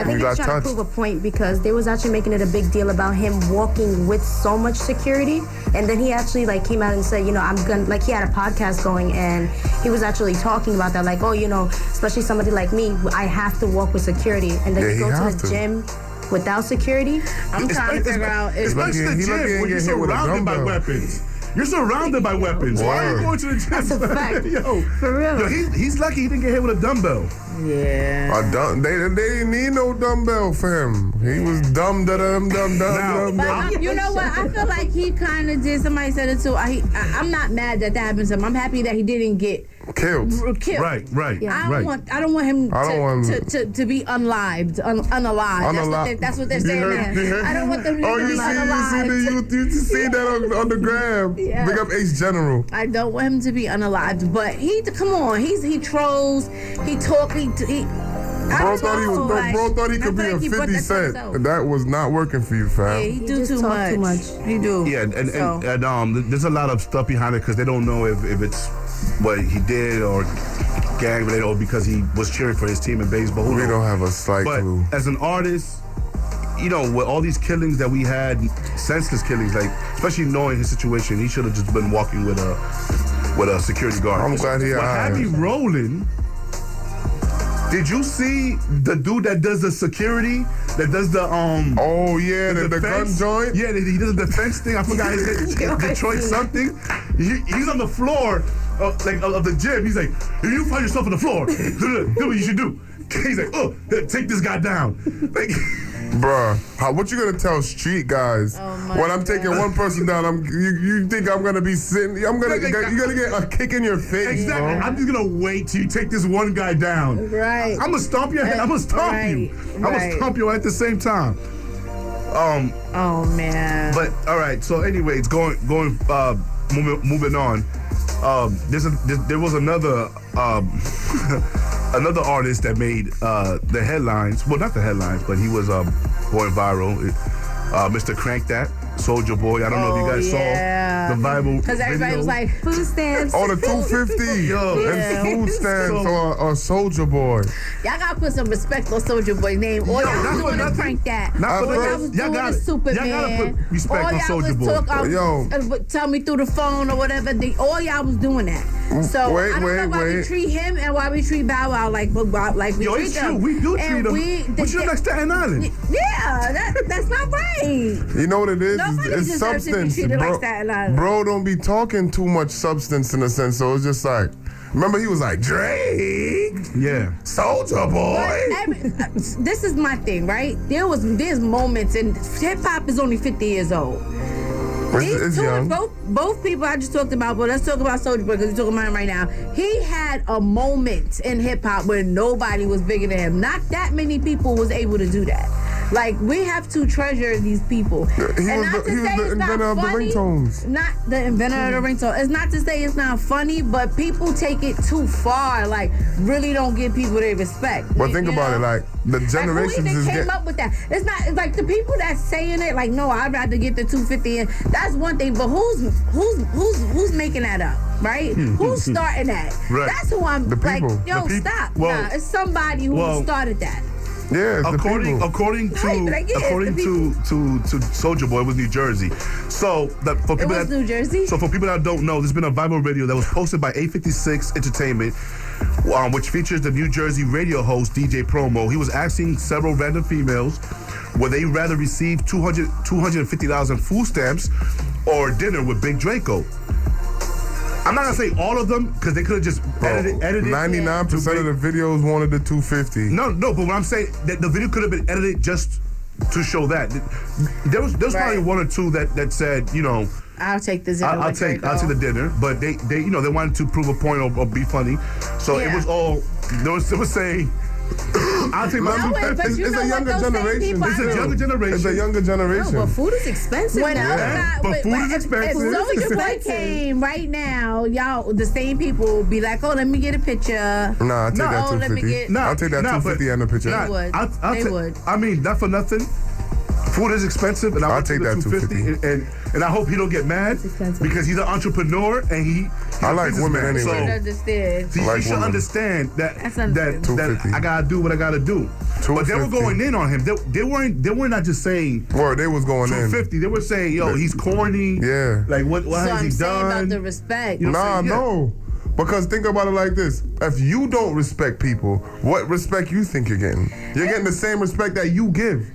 Speaker 7: I
Speaker 8: I think
Speaker 3: you
Speaker 8: he
Speaker 3: got
Speaker 8: was trying
Speaker 3: touched.
Speaker 8: to prove a point because they was actually making it a big deal about him walking with so much security, and then he actually like came out and said, you know, I'm gonna like he had a podcast going and he was actually talking about that, like, oh, you know, especially somebody like me, I have to walk with security, and then
Speaker 3: Yeah,
Speaker 8: you
Speaker 3: he
Speaker 8: go to
Speaker 3: has
Speaker 8: the
Speaker 3: to.
Speaker 8: gym without security.
Speaker 7: I'm trying to figure out if
Speaker 3: like-
Speaker 1: Especially
Speaker 3: he-
Speaker 1: the
Speaker 3: he lucky he
Speaker 1: gym
Speaker 3: ain't
Speaker 1: when you're
Speaker 3: get hit with a
Speaker 1: surrounded by
Speaker 3: dumbbell.
Speaker 1: weapons. You're surrounded by weapons. Why are you
Speaker 3: Word.
Speaker 1: going to the gym?
Speaker 8: That's a fact.
Speaker 1: yo,
Speaker 8: For real.
Speaker 1: yo, he's, he's lucky he didn't get hit with a dumbbell.
Speaker 7: Yeah.
Speaker 3: A dumb, they, they didn't need no dumbbell for him. He was dumb, da dum, dum, dum, dum,
Speaker 7: But
Speaker 3: dum.
Speaker 7: um, you know what? I feel like he kind of did. Somebody said it too. I, I I'm not mad that that happened to him. I'm happy that he didn't get
Speaker 3: Killed.
Speaker 7: r- killed.
Speaker 1: Right, right,
Speaker 7: I don't
Speaker 1: right.
Speaker 7: want. I don't want him. To,
Speaker 3: I don't want
Speaker 7: to,
Speaker 3: him-
Speaker 7: to, to be unlived, un, unalive. That's what,
Speaker 3: Unalive.
Speaker 7: they, that's what they're
Speaker 3: You
Speaker 7: saying.
Speaker 3: heard- you heard-
Speaker 7: now. I don't want them to
Speaker 3: Oh,
Speaker 7: be
Speaker 3: you see, you see, the,
Speaker 7: unalived.
Speaker 3: you, you just see that on, on the gram.
Speaker 7: Yeah.
Speaker 3: Big up Ace General.
Speaker 7: I don't want him to be unalived. But he, come on, he's he trolls. He talk. He. he I
Speaker 3: Bro
Speaker 7: don't
Speaker 3: thought he was,
Speaker 7: know,
Speaker 3: bro,
Speaker 7: like,
Speaker 3: bro thought he
Speaker 7: I
Speaker 3: could be
Speaker 7: feel
Speaker 3: a
Speaker 7: like he brought
Speaker 3: 50
Speaker 7: that to
Speaker 3: cent.
Speaker 7: himself.
Speaker 3: That was not working for you, fam.
Speaker 7: Yeah, he do
Speaker 8: just
Speaker 7: too
Speaker 8: talk
Speaker 7: much.
Speaker 8: too
Speaker 7: He do.
Speaker 1: Yeah, and and,
Speaker 7: So-
Speaker 1: and, and um, th- there's a lot of stuff behind it because they don't know if, if it's what he did or gang related or because he was cheering for his team in baseball. Who
Speaker 3: We
Speaker 1: knows?
Speaker 3: don't have a slight
Speaker 1: But
Speaker 3: clue.
Speaker 1: as an artist, you know, with all these killings that we had, senseless killings, like especially knowing his situation, he should have just been walking with a with a security guard.
Speaker 3: I'm glad he
Speaker 1: But
Speaker 3: alright.
Speaker 1: Happy Rolling. Did you see the dude that does the security? That does the um.
Speaker 3: Oh, yeah, the, the gun
Speaker 1: defense-
Speaker 3: joint?
Speaker 1: Yeah, he does the defense thing. I forgot his name.
Speaker 8: Yo, I
Speaker 1: Detroit
Speaker 8: see.
Speaker 1: something. He, he's on the floor of, like, of the gym. He's like, if you find yourself on the floor, here's what you should do. He's like, oh, take this guy down. Like,
Speaker 3: Bruh, how, what you gonna tell street guys
Speaker 7: Oh my
Speaker 3: when I'm
Speaker 7: God.
Speaker 3: taking one person down? I'm you, you think I'm gonna be sitting? I'm gonna
Speaker 1: Like,
Speaker 3: you're gonna get a kick in your face.
Speaker 1: exactly.
Speaker 3: bro.
Speaker 1: I'm just gonna wait till you take this one guy down.
Speaker 7: Right.
Speaker 1: I'm gonna stomp your head. I'm gonna stomp you.
Speaker 7: Right,
Speaker 1: I'm gonna
Speaker 7: right.
Speaker 1: stomp you at the same time. Um,
Speaker 7: Oh man.
Speaker 1: But all right. So, anyways, going going uh, moving moving on. Um, there's a, there, there was another um, another artist that made uh, the headlines. Well, not the headlines, but he was um, going viral. Uh, Mr. Crank That Soldier Boy. I don't know if you
Speaker 7: Oh,
Speaker 1: guys
Speaker 7: yeah.
Speaker 1: saw the viral
Speaker 7: Because
Speaker 1: video.
Speaker 7: everybody was like, food stamps.
Speaker 3: Oh, the 250
Speaker 1: Yo.
Speaker 7: Yeah.
Speaker 3: and food stamps or a soldier boy.
Speaker 7: Y'all gotta put some respect on Soldier Boy name. All y'all
Speaker 1: that's
Speaker 7: was
Speaker 1: what-
Speaker 7: doing
Speaker 1: that's-
Speaker 7: is prank that.
Speaker 1: Not
Speaker 7: All
Speaker 1: for the-
Speaker 7: y'all was
Speaker 1: y'all
Speaker 7: doing
Speaker 1: gotta-
Speaker 7: is Superman.
Speaker 1: y'all gotta put respect
Speaker 7: all
Speaker 1: on
Speaker 7: y'all
Speaker 1: Soldier
Speaker 7: was
Speaker 1: Boy.
Speaker 7: Talk, um,
Speaker 3: Yo.
Speaker 7: uh, but tell me through the phone or whatever. They, all y'all was doing that.
Speaker 1: Mm.
Speaker 7: So
Speaker 3: Wait,
Speaker 7: I don't
Speaker 3: wait,
Speaker 7: know why we
Speaker 3: wait.
Speaker 7: treat him and why we treat Bow Wow like but Bow- like we
Speaker 1: Yo,
Speaker 7: treat
Speaker 1: it's true.
Speaker 7: them.
Speaker 1: We do
Speaker 7: And
Speaker 1: treat them.
Speaker 7: We,
Speaker 1: but
Speaker 7: they-
Speaker 1: you're like Staten Island.
Speaker 7: yeah, that, that's not right.
Speaker 3: You know what it is?
Speaker 7: Nobody
Speaker 3: It's- it's
Speaker 7: deserves to be
Speaker 3: substance,
Speaker 7: treated like
Speaker 3: bro.
Speaker 7: Staten Island.
Speaker 3: bro, don't be talking too much substance in a sense. So it's just like, remember he was like Drake,
Speaker 1: Yeah.
Speaker 3: soldier
Speaker 7: But
Speaker 3: boy.
Speaker 7: every, uh, this is my thing, right? There was there's moments, and hip hop is only 50 years old.
Speaker 3: It's-
Speaker 7: These
Speaker 3: it's
Speaker 7: two,
Speaker 3: young.
Speaker 7: both both people I just talked about, but let's talk about Soldier Boy because we're talking about him right now. He had a moment in hip hop where nobody was bigger than him. Not that many people was able to do that. Like we have to treasure these people. He
Speaker 3: was the- he was the inventor of the ringtones. Mm-hmm.
Speaker 7: Not the inventor of the ringtone. It's not to say it's not funny, but people take it too far. Like really don't give people their respect.
Speaker 3: But
Speaker 7: You-
Speaker 3: think
Speaker 7: you
Speaker 3: about it,
Speaker 7: know?
Speaker 3: like the
Speaker 7: like,
Speaker 3: generations
Speaker 7: who even
Speaker 3: is
Speaker 7: came
Speaker 3: getting.
Speaker 7: up with that? It's not it's like the people that's saying it. Like, no, I'd rather get the two fifty. in. That's one thing. But who's who's who's who's making that up? Right? who's starting that?
Speaker 1: Hmm. Right.
Speaker 7: That's who I'm
Speaker 3: The
Speaker 7: like.
Speaker 3: people.
Speaker 7: Yo,
Speaker 1: The peop-
Speaker 7: stop.
Speaker 1: well-
Speaker 7: nah, it's somebody who
Speaker 1: well-
Speaker 7: started that.
Speaker 3: Yeah, it's the
Speaker 1: according
Speaker 3: people.
Speaker 1: according to
Speaker 7: Right, like, yeah, it's
Speaker 1: according
Speaker 7: the
Speaker 1: to to to Soldier Boy it was New Jersey. So that for people
Speaker 7: was
Speaker 1: that
Speaker 7: New Jersey?
Speaker 1: So for people that don't know, there's been a viral video that was posted by 856 Entertainment, um, which features the New Jersey radio host DJ Promo. He was asking several random females would they rather receive 200 250,000 food stamps or dinner with Big Draco. I'm not gonna say all of them because they could have just edited, edited
Speaker 3: Ninety-nine percent
Speaker 1: to
Speaker 3: of the videos wanted the two fifty.
Speaker 1: no, no, but what I'm saying that the video could have been edited just to show that. There was there's
Speaker 7: Right.
Speaker 1: probably one or two that that said, you know,
Speaker 7: I'll take the zero.
Speaker 1: I, I'll
Speaker 7: with
Speaker 1: take I'll take
Speaker 7: Draco.
Speaker 1: the dinner, but they they you know they wanted to prove a point or, or be funny, so it
Speaker 7: Yeah.
Speaker 1: was all they was, they was saying. I'll take my.
Speaker 7: No, wait, but
Speaker 3: it's
Speaker 7: you
Speaker 3: it's
Speaker 7: know
Speaker 3: a
Speaker 7: what?
Speaker 3: younger
Speaker 7: Those same
Speaker 3: generation.
Speaker 7: people
Speaker 1: It's a I- younger generation.
Speaker 3: It's a younger generation.
Speaker 9: But food is expensive
Speaker 7: When
Speaker 9: now.
Speaker 7: yeah,
Speaker 1: but food is
Speaker 7: If
Speaker 1: expensive.
Speaker 7: Soldier Boy came right now, y'all, the same people be like, "Oh, let me get a picture."
Speaker 3: Nah, I'll take
Speaker 1: Nah,
Speaker 3: that
Speaker 7: oh,
Speaker 3: two
Speaker 7: let me
Speaker 3: fifty.
Speaker 7: get-
Speaker 3: I'll take that
Speaker 1: nah,
Speaker 3: two
Speaker 1: but-
Speaker 3: fifty and a picture.
Speaker 1: nah,
Speaker 7: They would.
Speaker 1: I'll- I'll
Speaker 7: They
Speaker 1: ta-
Speaker 7: would.
Speaker 1: I mean, not for nothing. Food is expensive, and I
Speaker 3: I'll
Speaker 1: would
Speaker 3: take that
Speaker 1: 250, and, and and I hope he don't get mad
Speaker 9: expensive.
Speaker 1: because he's an entrepreneur and he. he's
Speaker 3: I
Speaker 1: a
Speaker 3: like women
Speaker 1: businessman,
Speaker 3: anyway.
Speaker 1: so-
Speaker 7: Understood.
Speaker 1: See,
Speaker 3: Like
Speaker 1: you should
Speaker 3: women.
Speaker 1: understand that
Speaker 7: That's
Speaker 1: that,
Speaker 7: understandable.
Speaker 1: that
Speaker 3: 250.
Speaker 1: I gotta do what I gotta do. But they were
Speaker 3: 250.
Speaker 1: going in on him. They, they weren't. They were not just saying
Speaker 3: Word, they was going
Speaker 1: two
Speaker 3: in.
Speaker 1: fifty. They were saying, "Yo, he's corny."
Speaker 3: Yeah.
Speaker 1: Like what? What
Speaker 7: so
Speaker 1: has
Speaker 7: I'm
Speaker 1: he
Speaker 7: saying
Speaker 1: done?
Speaker 7: about the respect.
Speaker 1: You know what
Speaker 3: Nah,
Speaker 1: I'm saying? Yeah.
Speaker 3: no. Because think about it like this: if you don't respect people, what respect you think you're getting? You're getting the same respect that you give.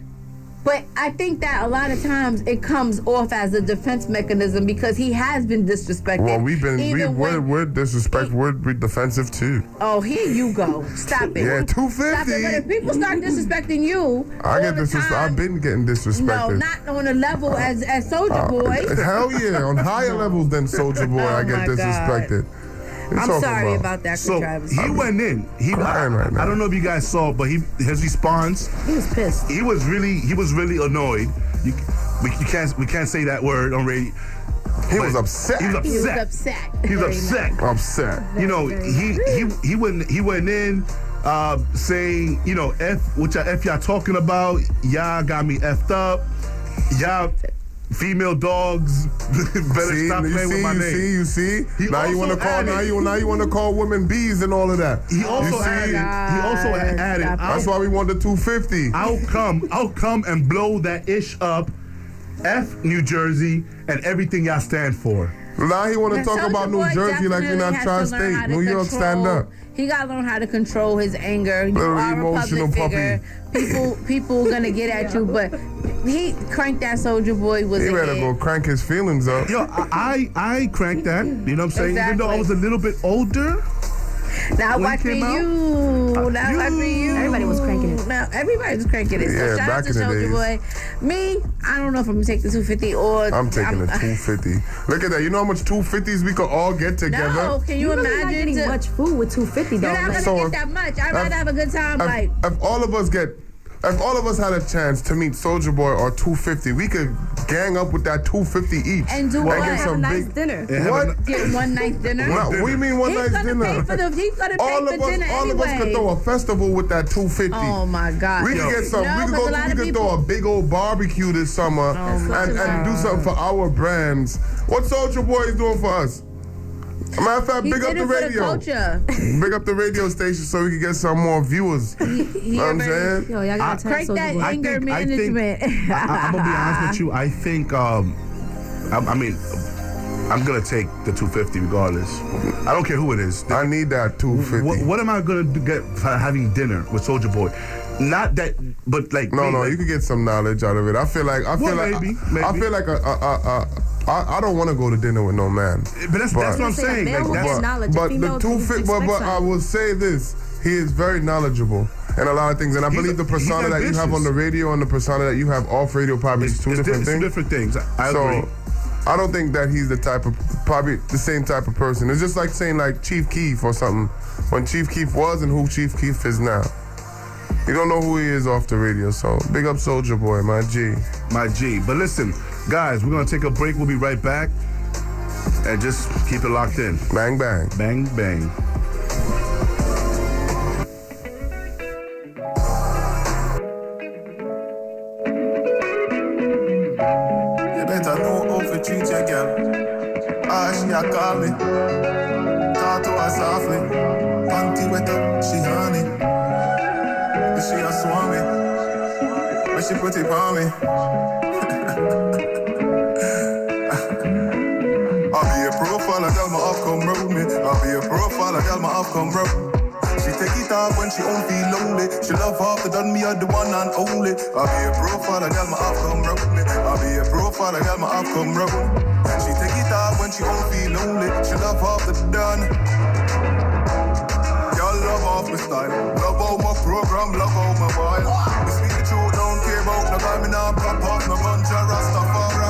Speaker 7: But I think that a lot of times it comes off as a defense mechanism because he has been disrespected.
Speaker 3: Well, we've been we,
Speaker 7: Even
Speaker 3: we're,
Speaker 7: when-
Speaker 3: we're disrespect. We're, we're defensive too.
Speaker 7: Oh, here you go. Stop it.
Speaker 3: Yeah,
Speaker 7: Stop it. But if
Speaker 3: 250.
Speaker 7: people start disrespecting you,
Speaker 3: I
Speaker 7: all
Speaker 3: get
Speaker 7: the
Speaker 3: disrespect.
Speaker 7: time-
Speaker 3: I've been getting
Speaker 7: No,
Speaker 3: disrespected.
Speaker 7: not on a level as as Soldier
Speaker 3: Uh,
Speaker 7: Boy.
Speaker 3: hell yeah, on higher levels than Soldier Boy,
Speaker 7: Oh
Speaker 3: I get
Speaker 7: my God.
Speaker 3: disrespected. You
Speaker 7: I'm
Speaker 3: talking
Speaker 7: sorry about that,
Speaker 1: So
Speaker 7: Travis.
Speaker 1: he went in. He
Speaker 3: Crying right now.
Speaker 1: I don't know if you guys saw, but he his response
Speaker 8: He was pissed.
Speaker 1: he was really he was really annoyed. You, we you can't we can't say that word on radio.
Speaker 3: He
Speaker 1: But
Speaker 3: was upset.
Speaker 1: He was
Speaker 7: He was
Speaker 1: upset.
Speaker 7: upset.
Speaker 1: He was
Speaker 7: Very
Speaker 1: upset.
Speaker 3: upset.
Speaker 1: You know, he he he went he went in uh, saying you know f which I f y'all talking about y'all got me effed up y'all female dogs better
Speaker 3: See,
Speaker 1: stop
Speaker 3: you
Speaker 1: playing
Speaker 3: see,
Speaker 1: with my
Speaker 3: you
Speaker 1: name.
Speaker 3: see, you see.
Speaker 1: He
Speaker 3: now you
Speaker 1: also
Speaker 3: want to call. Now
Speaker 1: added-
Speaker 3: you now you want to call women bees and all of that.
Speaker 1: He
Speaker 3: you
Speaker 1: also
Speaker 3: see,
Speaker 1: added. He also
Speaker 7: Oh God,
Speaker 1: added.
Speaker 7: stop it.
Speaker 1: I'll-
Speaker 3: That's why we want the 250.
Speaker 1: I'll come, I'll come and blow that ish up. F New Jersey and everything y'all stand for.
Speaker 3: now he want to
Speaker 7: Now,
Speaker 3: talk
Speaker 7: Soulja
Speaker 3: about New
Speaker 7: Boy
Speaker 3: Jersey like we're
Speaker 7: definitely
Speaker 3: not
Speaker 7: has to learn how
Speaker 3: tri-state.
Speaker 7: to
Speaker 3: New York, stand
Speaker 7: control-
Speaker 3: up.
Speaker 7: He gotta learn how to control his anger. You
Speaker 3: Little
Speaker 7: are a
Speaker 3: emotional
Speaker 7: public
Speaker 3: puppy.
Speaker 7: figure. People, people gonna get at you, but he cranked that Soldier Boy was
Speaker 3: He
Speaker 7: a
Speaker 3: better
Speaker 7: hit.
Speaker 3: go crank his feelings up.
Speaker 1: Yo, I I, I cranked that. You know what I'm saying? Even though I
Speaker 7: Exactly.
Speaker 1: was a little bit older,
Speaker 7: Now
Speaker 1: When
Speaker 7: watch
Speaker 1: he
Speaker 7: me
Speaker 1: came out?
Speaker 7: you. Now
Speaker 1: You.
Speaker 7: watch me you.
Speaker 8: Everybody was cranking it.
Speaker 7: Now everybody was cranking it.
Speaker 3: Yeah,
Speaker 7: so shout
Speaker 3: back
Speaker 7: out to
Speaker 3: in the
Speaker 7: Soldier
Speaker 3: days.
Speaker 7: Boy. Me, I don't know if I'm gonna take the 250 or
Speaker 3: I'm taking the 250. Look at that. You know how much 250s we could all get together?
Speaker 7: No, can you,
Speaker 8: You really not
Speaker 7: imagine?
Speaker 8: getting
Speaker 7: to-
Speaker 8: much food with 250
Speaker 7: You're
Speaker 8: though.
Speaker 7: not gonna
Speaker 8: Like,
Speaker 3: So
Speaker 7: get
Speaker 3: if-
Speaker 7: that much. I'd rather
Speaker 3: if-
Speaker 7: have a good time. like
Speaker 3: If, if all of us get, if all of us had a chance to meet Soldier Boy or 250, we could gang up with that 250 each
Speaker 7: And do what?
Speaker 3: get
Speaker 7: Have
Speaker 8: have a
Speaker 3: some
Speaker 8: nice
Speaker 3: big.
Speaker 8: dinner.
Speaker 1: have
Speaker 3: What?
Speaker 7: get one night dinner.
Speaker 3: Nah, What do you mean one
Speaker 7: he's
Speaker 3: night
Speaker 7: gonna
Speaker 3: dinner?
Speaker 7: pay for the. He's gonna pay
Speaker 3: all
Speaker 7: for
Speaker 3: of us,
Speaker 7: dinner
Speaker 3: all of
Speaker 7: anyway.
Speaker 3: us could throw a festival with that 250.
Speaker 7: oh my god.
Speaker 3: We could get some.
Speaker 7: No,
Speaker 3: we could
Speaker 7: but
Speaker 3: go.
Speaker 7: a lot
Speaker 3: We
Speaker 7: of
Speaker 3: could
Speaker 7: people-
Speaker 3: throw a big old barbecue this summer and, and do something for our brands. What Soldier Boy is doing for us? Matter of fact,
Speaker 7: He
Speaker 3: big up
Speaker 7: did
Speaker 3: the
Speaker 7: it for the
Speaker 3: radio.
Speaker 7: culture.
Speaker 3: Big up the radio station so we can get some more viewers. You
Speaker 7: He
Speaker 3: know what I'm
Speaker 7: already-
Speaker 3: saying?
Speaker 8: Yo, y'all gotta
Speaker 7: Crank
Speaker 8: tell
Speaker 7: that
Speaker 8: Soulja Boy.
Speaker 7: anger
Speaker 1: think- I think-
Speaker 7: management.
Speaker 1: I, am gonna be honest with you. I think. Um, I, I mean, I'm gonna take the 250 regardless. I don't care who it is.
Speaker 3: I need that
Speaker 1: What,
Speaker 3: 250.
Speaker 1: what am I gonna do- get for having dinner with Soldier Boy? Not that, but like
Speaker 3: No,
Speaker 1: me,
Speaker 3: no,
Speaker 1: like-
Speaker 3: you can get some knowledge out of it. I feel like I feel
Speaker 1: Well,
Speaker 3: like
Speaker 1: maybe,
Speaker 3: I
Speaker 1: maybe.
Speaker 3: feel like a, a, a, a, I, I don't want to go to dinner with no man.
Speaker 1: But that's, that's what I'm
Speaker 8: Say that
Speaker 1: saying.
Speaker 8: male
Speaker 1: Like,
Speaker 8: will
Speaker 1: that's,
Speaker 8: get knowledge. A
Speaker 3: But the
Speaker 8: female
Speaker 3: two
Speaker 8: can
Speaker 3: fit,
Speaker 8: respect
Speaker 3: but, uh, but I
Speaker 8: something.
Speaker 3: will say this: he is very knowledgeable in a lot of things, and I
Speaker 1: He's-
Speaker 3: believe the
Speaker 1: he's
Speaker 3: persona that you have on the radio and the persona that you have off radio probably
Speaker 1: it's,
Speaker 3: is two
Speaker 1: it's
Speaker 3: different
Speaker 1: di- it's
Speaker 3: things.
Speaker 1: different things. I
Speaker 3: so
Speaker 1: agree.
Speaker 3: I don't think that he's the type of probably the same type of person. It's just like saying like Chief Keef or something. When Chief Keef was and who Chief Keef is now. You don't know who he is off the radio, so big up Soldier Boy, my G.
Speaker 1: my G. But listen, guys, we're gonna take a break. We'll be right back, and just keep it locked in.
Speaker 3: Bang bang.
Speaker 1: Bang bang.
Speaker 4: You better know how to treat your girl. Ah, she a call me. Talk to her softly. Panty wet up, she honey. But she a swami. But she put it on me. I'll be a profiler, tell my off come roll me. I'll be a profiler, tell my off come roll. She take it off when she don't feel lonely. She love half the done me are the one and only. I'll be a profiler, tell my off come roll me. I'll be a profiler, tell my off come roll. She take it off when she don't feel lonely. She love half the done. Y'all love off my style. Love all my program, love all my vibe. You speak the truth, don't care about no vibe, me nah pop off, no ganja, Rastafari.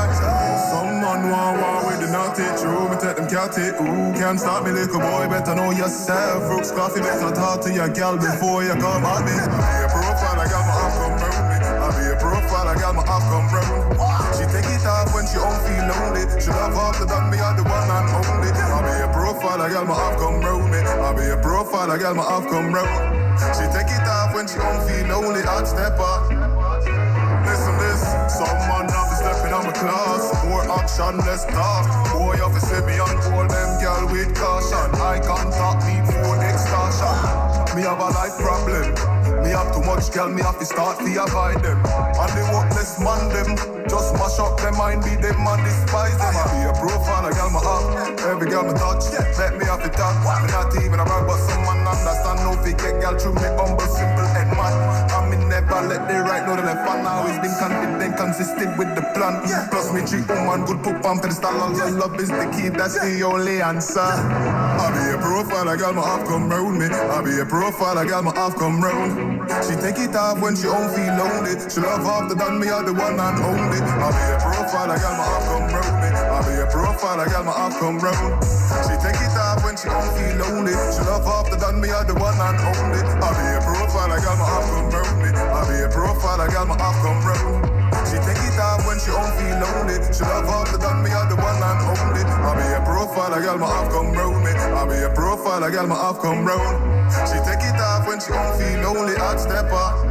Speaker 4: Some man want war with the naughty, true, me take them cat it. Ooh, can't stop me, little boy, better know yourself. Rooks coffee, better talk to your gal before you come at me. Be a profile, I got my off come round me. I be a profile, I got my off come round. She take it off when she don't feel lonely. She love off the done me, I the one and only. I be a profile, I got my off come round me. I be a profile, I got my off come round. She take it off when she don't feel lonely. I'd step up. Listen this, someone not be stepping on my class. More action, less talk. Boy, off see me on all them girl with caution. I can't talk, need for extortion. Me have a life problem. Me have too much girl, me have to start to avoid them. And they worthless man them. Just mash up their mind, be them and despise them. I be a profile, a girl my up. Every girl me touch, let me have to talk. Me not even around, but someone understand. No, we get girl through me humble, simple and man. And me never let the right know the left and now
Speaker 10: always been content and consistent with the plan. Plus me treat woman good poop on crystal. Love is the key, that's the only answer. I be a profile, I got my half come round me. I be a profile, I got my half come round. She take it off when she don't feel lonely. She love after done me, I the one and only. I be a profile, I got my half come round me. I be a profile, I got my half come round. She take it off when she don't feel lonely. She love after done me, I the one and only. I be a profile, I got my half come round me. I be a profile, I got my half come round. She take it off when she don't feel lonely. She love after done me, I the one and only. I be a profile, I got my half come round me. I be a profile, I got my half come round. She take it off when she don't feel lonely. I'd step up.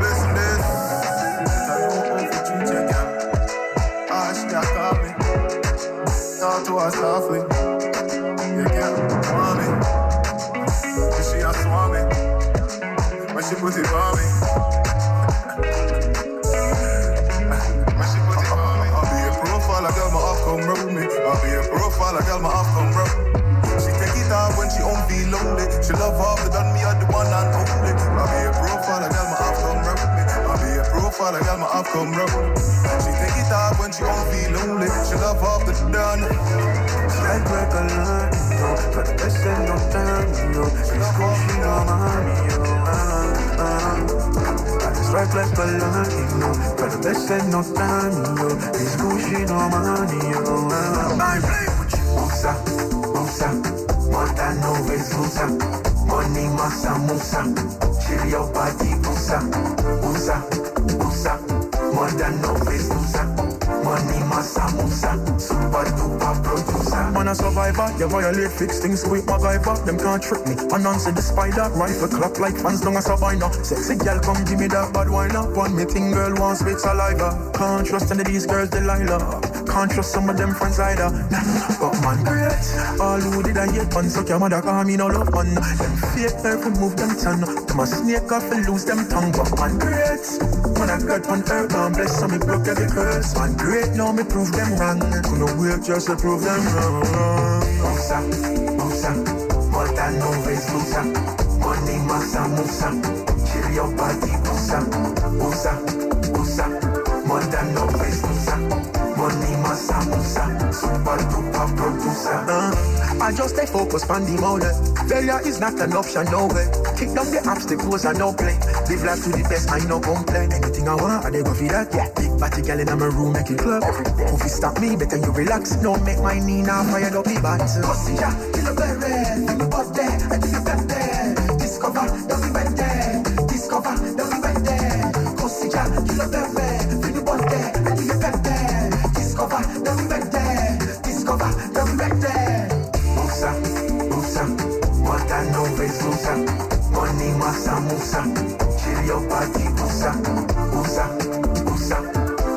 Speaker 10: Listen this. I don't want to treat you, girl. Ah, she a call me. Talk to her softly. You can't want me. Cause she a swami. When she put it on me. When she put it on me. I'll be a profile, I got my off come round me. I'll be a profile, I got my off come round. She take it off when she won't be lonely. She love after done me, I the one and only. I'll be a profile, I got my off come round me. I'll be a profile, I got my off come round. She take it off when she won't be lonely. She love after done. Red work alone, yo. But this ain't no time, yo. She love after done, yo. Uh, uh. It's red like a line, yo. But this ain't no time, yo. It's Gucci, no money, yo. Uh, My play with you. Musa, Musa. Mata no es Musa. Money, masa, Musa. Cheerio, party, Musa. Musa, Musa. Mata no es Musa. Money, masa, Musa. Super duper producer. Man a survivor, you violate fix things with MacGyver. Them can't trick me. And answer the spider. Rifle clap like fans down a Sabina. Sexy girl, come give me that bad wine up. One me thing girl, one spit saliva. Can't trust any of these girls, Delilah. Can't trust some of them friends either. but man, great. All who did I hate man, suck your mother, call me no love man. Them fake every move them turn. Them a snake off and lose them tongue, but man, great. Man, I got on earth, man, bless so me broke every curse. Man, great, now me prove them wrong. Couldn't work just to prove them wrong. Musa, Musa, Malta no es Musa. Money masa Musa, chill your body Musa, Musa, Musa. Malta no es Musa. Money masa Musa, super duper producer. Uh, I just stay focused on the mountain. Failure is not an option, no way. Kick down the obstacles and no play. Live life to the best, I no complain. Anything I want, I dey go for that. Yeah, big body girl in my room, make it club. Who fi stop me? Better you relax. No make my Nina fire up the bat. Pussy ya, kill a berry. I'm a bot there, I do the best there. Discover, don't be right there. Discover, don't be right there. Pussy ya, kill a eh. berry. I'm a bot there, I do the best there. Discover, don't be right there. Discover, don't be right there. Musa, Musa, what I know is Musa. Money masa Musa, chill your body Musa, Musa, Musa.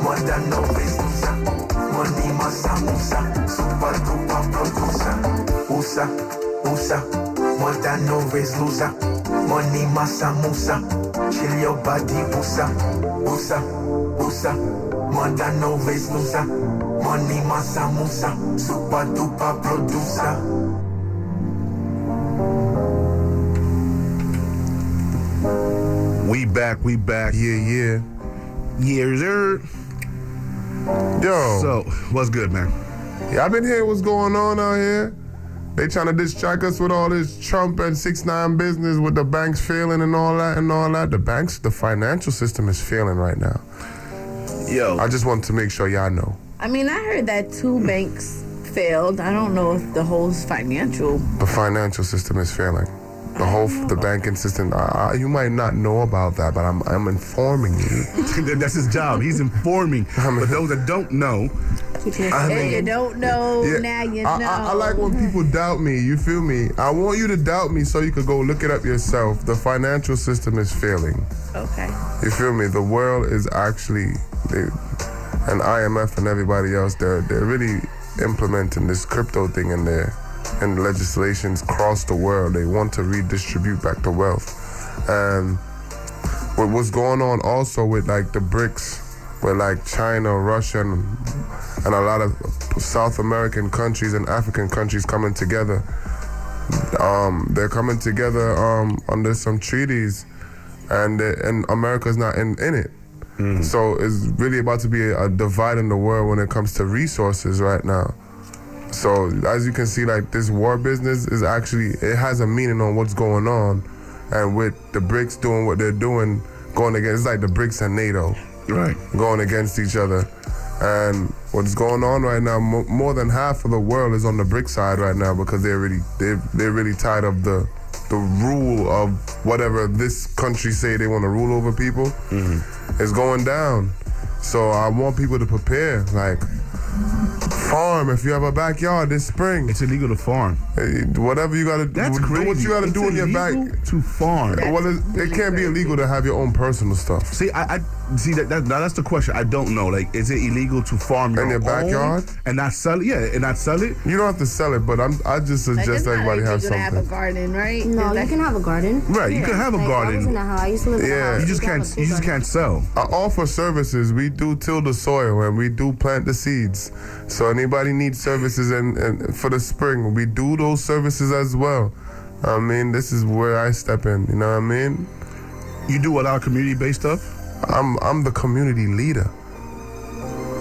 Speaker 10: What I know is Musa. Money masa Musa, super duper producer. Musa, Musa, what I know is Musa. Money masa Musa, chill your body Musa, Musa, Musa. What I know is Musa. Money masa Musa, super duper producer.
Speaker 1: We back, we back.
Speaker 3: Yeah, yeah.
Speaker 1: Years er.
Speaker 3: Yo,
Speaker 1: So, what's good, man?
Speaker 3: yeah, I've been hearing what's going on out here. They trying to distract us with all this Trump and six nine business with the banks failing and all that and all that. The banks, the financial system is failing right now.
Speaker 1: Yo,
Speaker 3: I just want to make sure y'all know.
Speaker 7: I mean, I heard that two banks failed. I don't know if the whole financial.
Speaker 3: The financial system is failing. The whole, the banking system. I, I, you might not know about that, but I'm, I'm informing you.
Speaker 1: that's his job. He's informing. But those that don't know,
Speaker 7: Yeah, you don't know.
Speaker 3: Yeah,
Speaker 7: Now you know.
Speaker 3: I, I, I like when people doubt me. You feel me? I want you to doubt me so you could go look it up yourself. The financial system is failing.
Speaker 7: Okay.
Speaker 3: You feel me? The world is actually, they, and IMF and everybody else, they're they're really implementing this crypto thing in there, and legislations across the world. They want to redistribute back the wealth, and what what's going on also with like the BRICS, with like China, Russia, and, and a lot of South American countries and African countries coming together. Um, they're coming together um, under some treaties and and America's not in, in it. So it's really about to be a, a divide in the world when it comes to resources right now. So as you can see, like this war business is actually it has a meaning on what's going on, and with the BRICS doing what they're doing, going against it's like the BRICS and NATO
Speaker 1: Right.
Speaker 3: going against each other. And what's going on right now? Mo- more than half of the world is on the brick side right now because they're really they're, they're really tired of the the rule of whatever this country say they want to rule over people.
Speaker 1: Mm-hmm.
Speaker 3: It's going down. So I want people to prepare. Like farm if you have a backyard this spring.
Speaker 1: It's illegal to farm.
Speaker 3: Eh, Whatever you gotta
Speaker 1: That's
Speaker 3: do,
Speaker 1: crazy.
Speaker 3: do what you gotta
Speaker 1: It's
Speaker 3: do in your
Speaker 1: illegal
Speaker 3: back.
Speaker 1: to farm.
Speaker 3: Well, it, it can't be illegal to have your own personal stuff.
Speaker 1: See, I, I see that, that. Now that's the question. I don't know. Like, is it illegal to farm your
Speaker 3: In your
Speaker 1: own
Speaker 3: backyard?
Speaker 1: and not sell it? Yeah, and not sell it.
Speaker 3: You don't have to sell it, but I'm, I just
Speaker 7: Like,
Speaker 3: suggest
Speaker 7: it's not
Speaker 3: everybody
Speaker 7: like
Speaker 3: have
Speaker 7: you're gonna
Speaker 3: something.
Speaker 7: have a garden, right?
Speaker 8: No,
Speaker 7: Is
Speaker 8: you
Speaker 7: that-
Speaker 8: can have a garden.
Speaker 1: Right, you can have a
Speaker 8: Like, I was in
Speaker 1: garden.
Speaker 8: a house. I used to live in a
Speaker 3: Yeah.
Speaker 8: house.
Speaker 1: You just
Speaker 8: We have
Speaker 1: can't.
Speaker 8: a
Speaker 1: You just
Speaker 8: garden.
Speaker 1: can't sell.
Speaker 3: I offer services. We do till the soil and we do plant the seeds. So anybody needs services and, and for the spring, we do those services as well. I mean, this is where I step in. You know what I mean?
Speaker 1: You do a lot of community-based stuff.
Speaker 3: I'm I'm the community leader.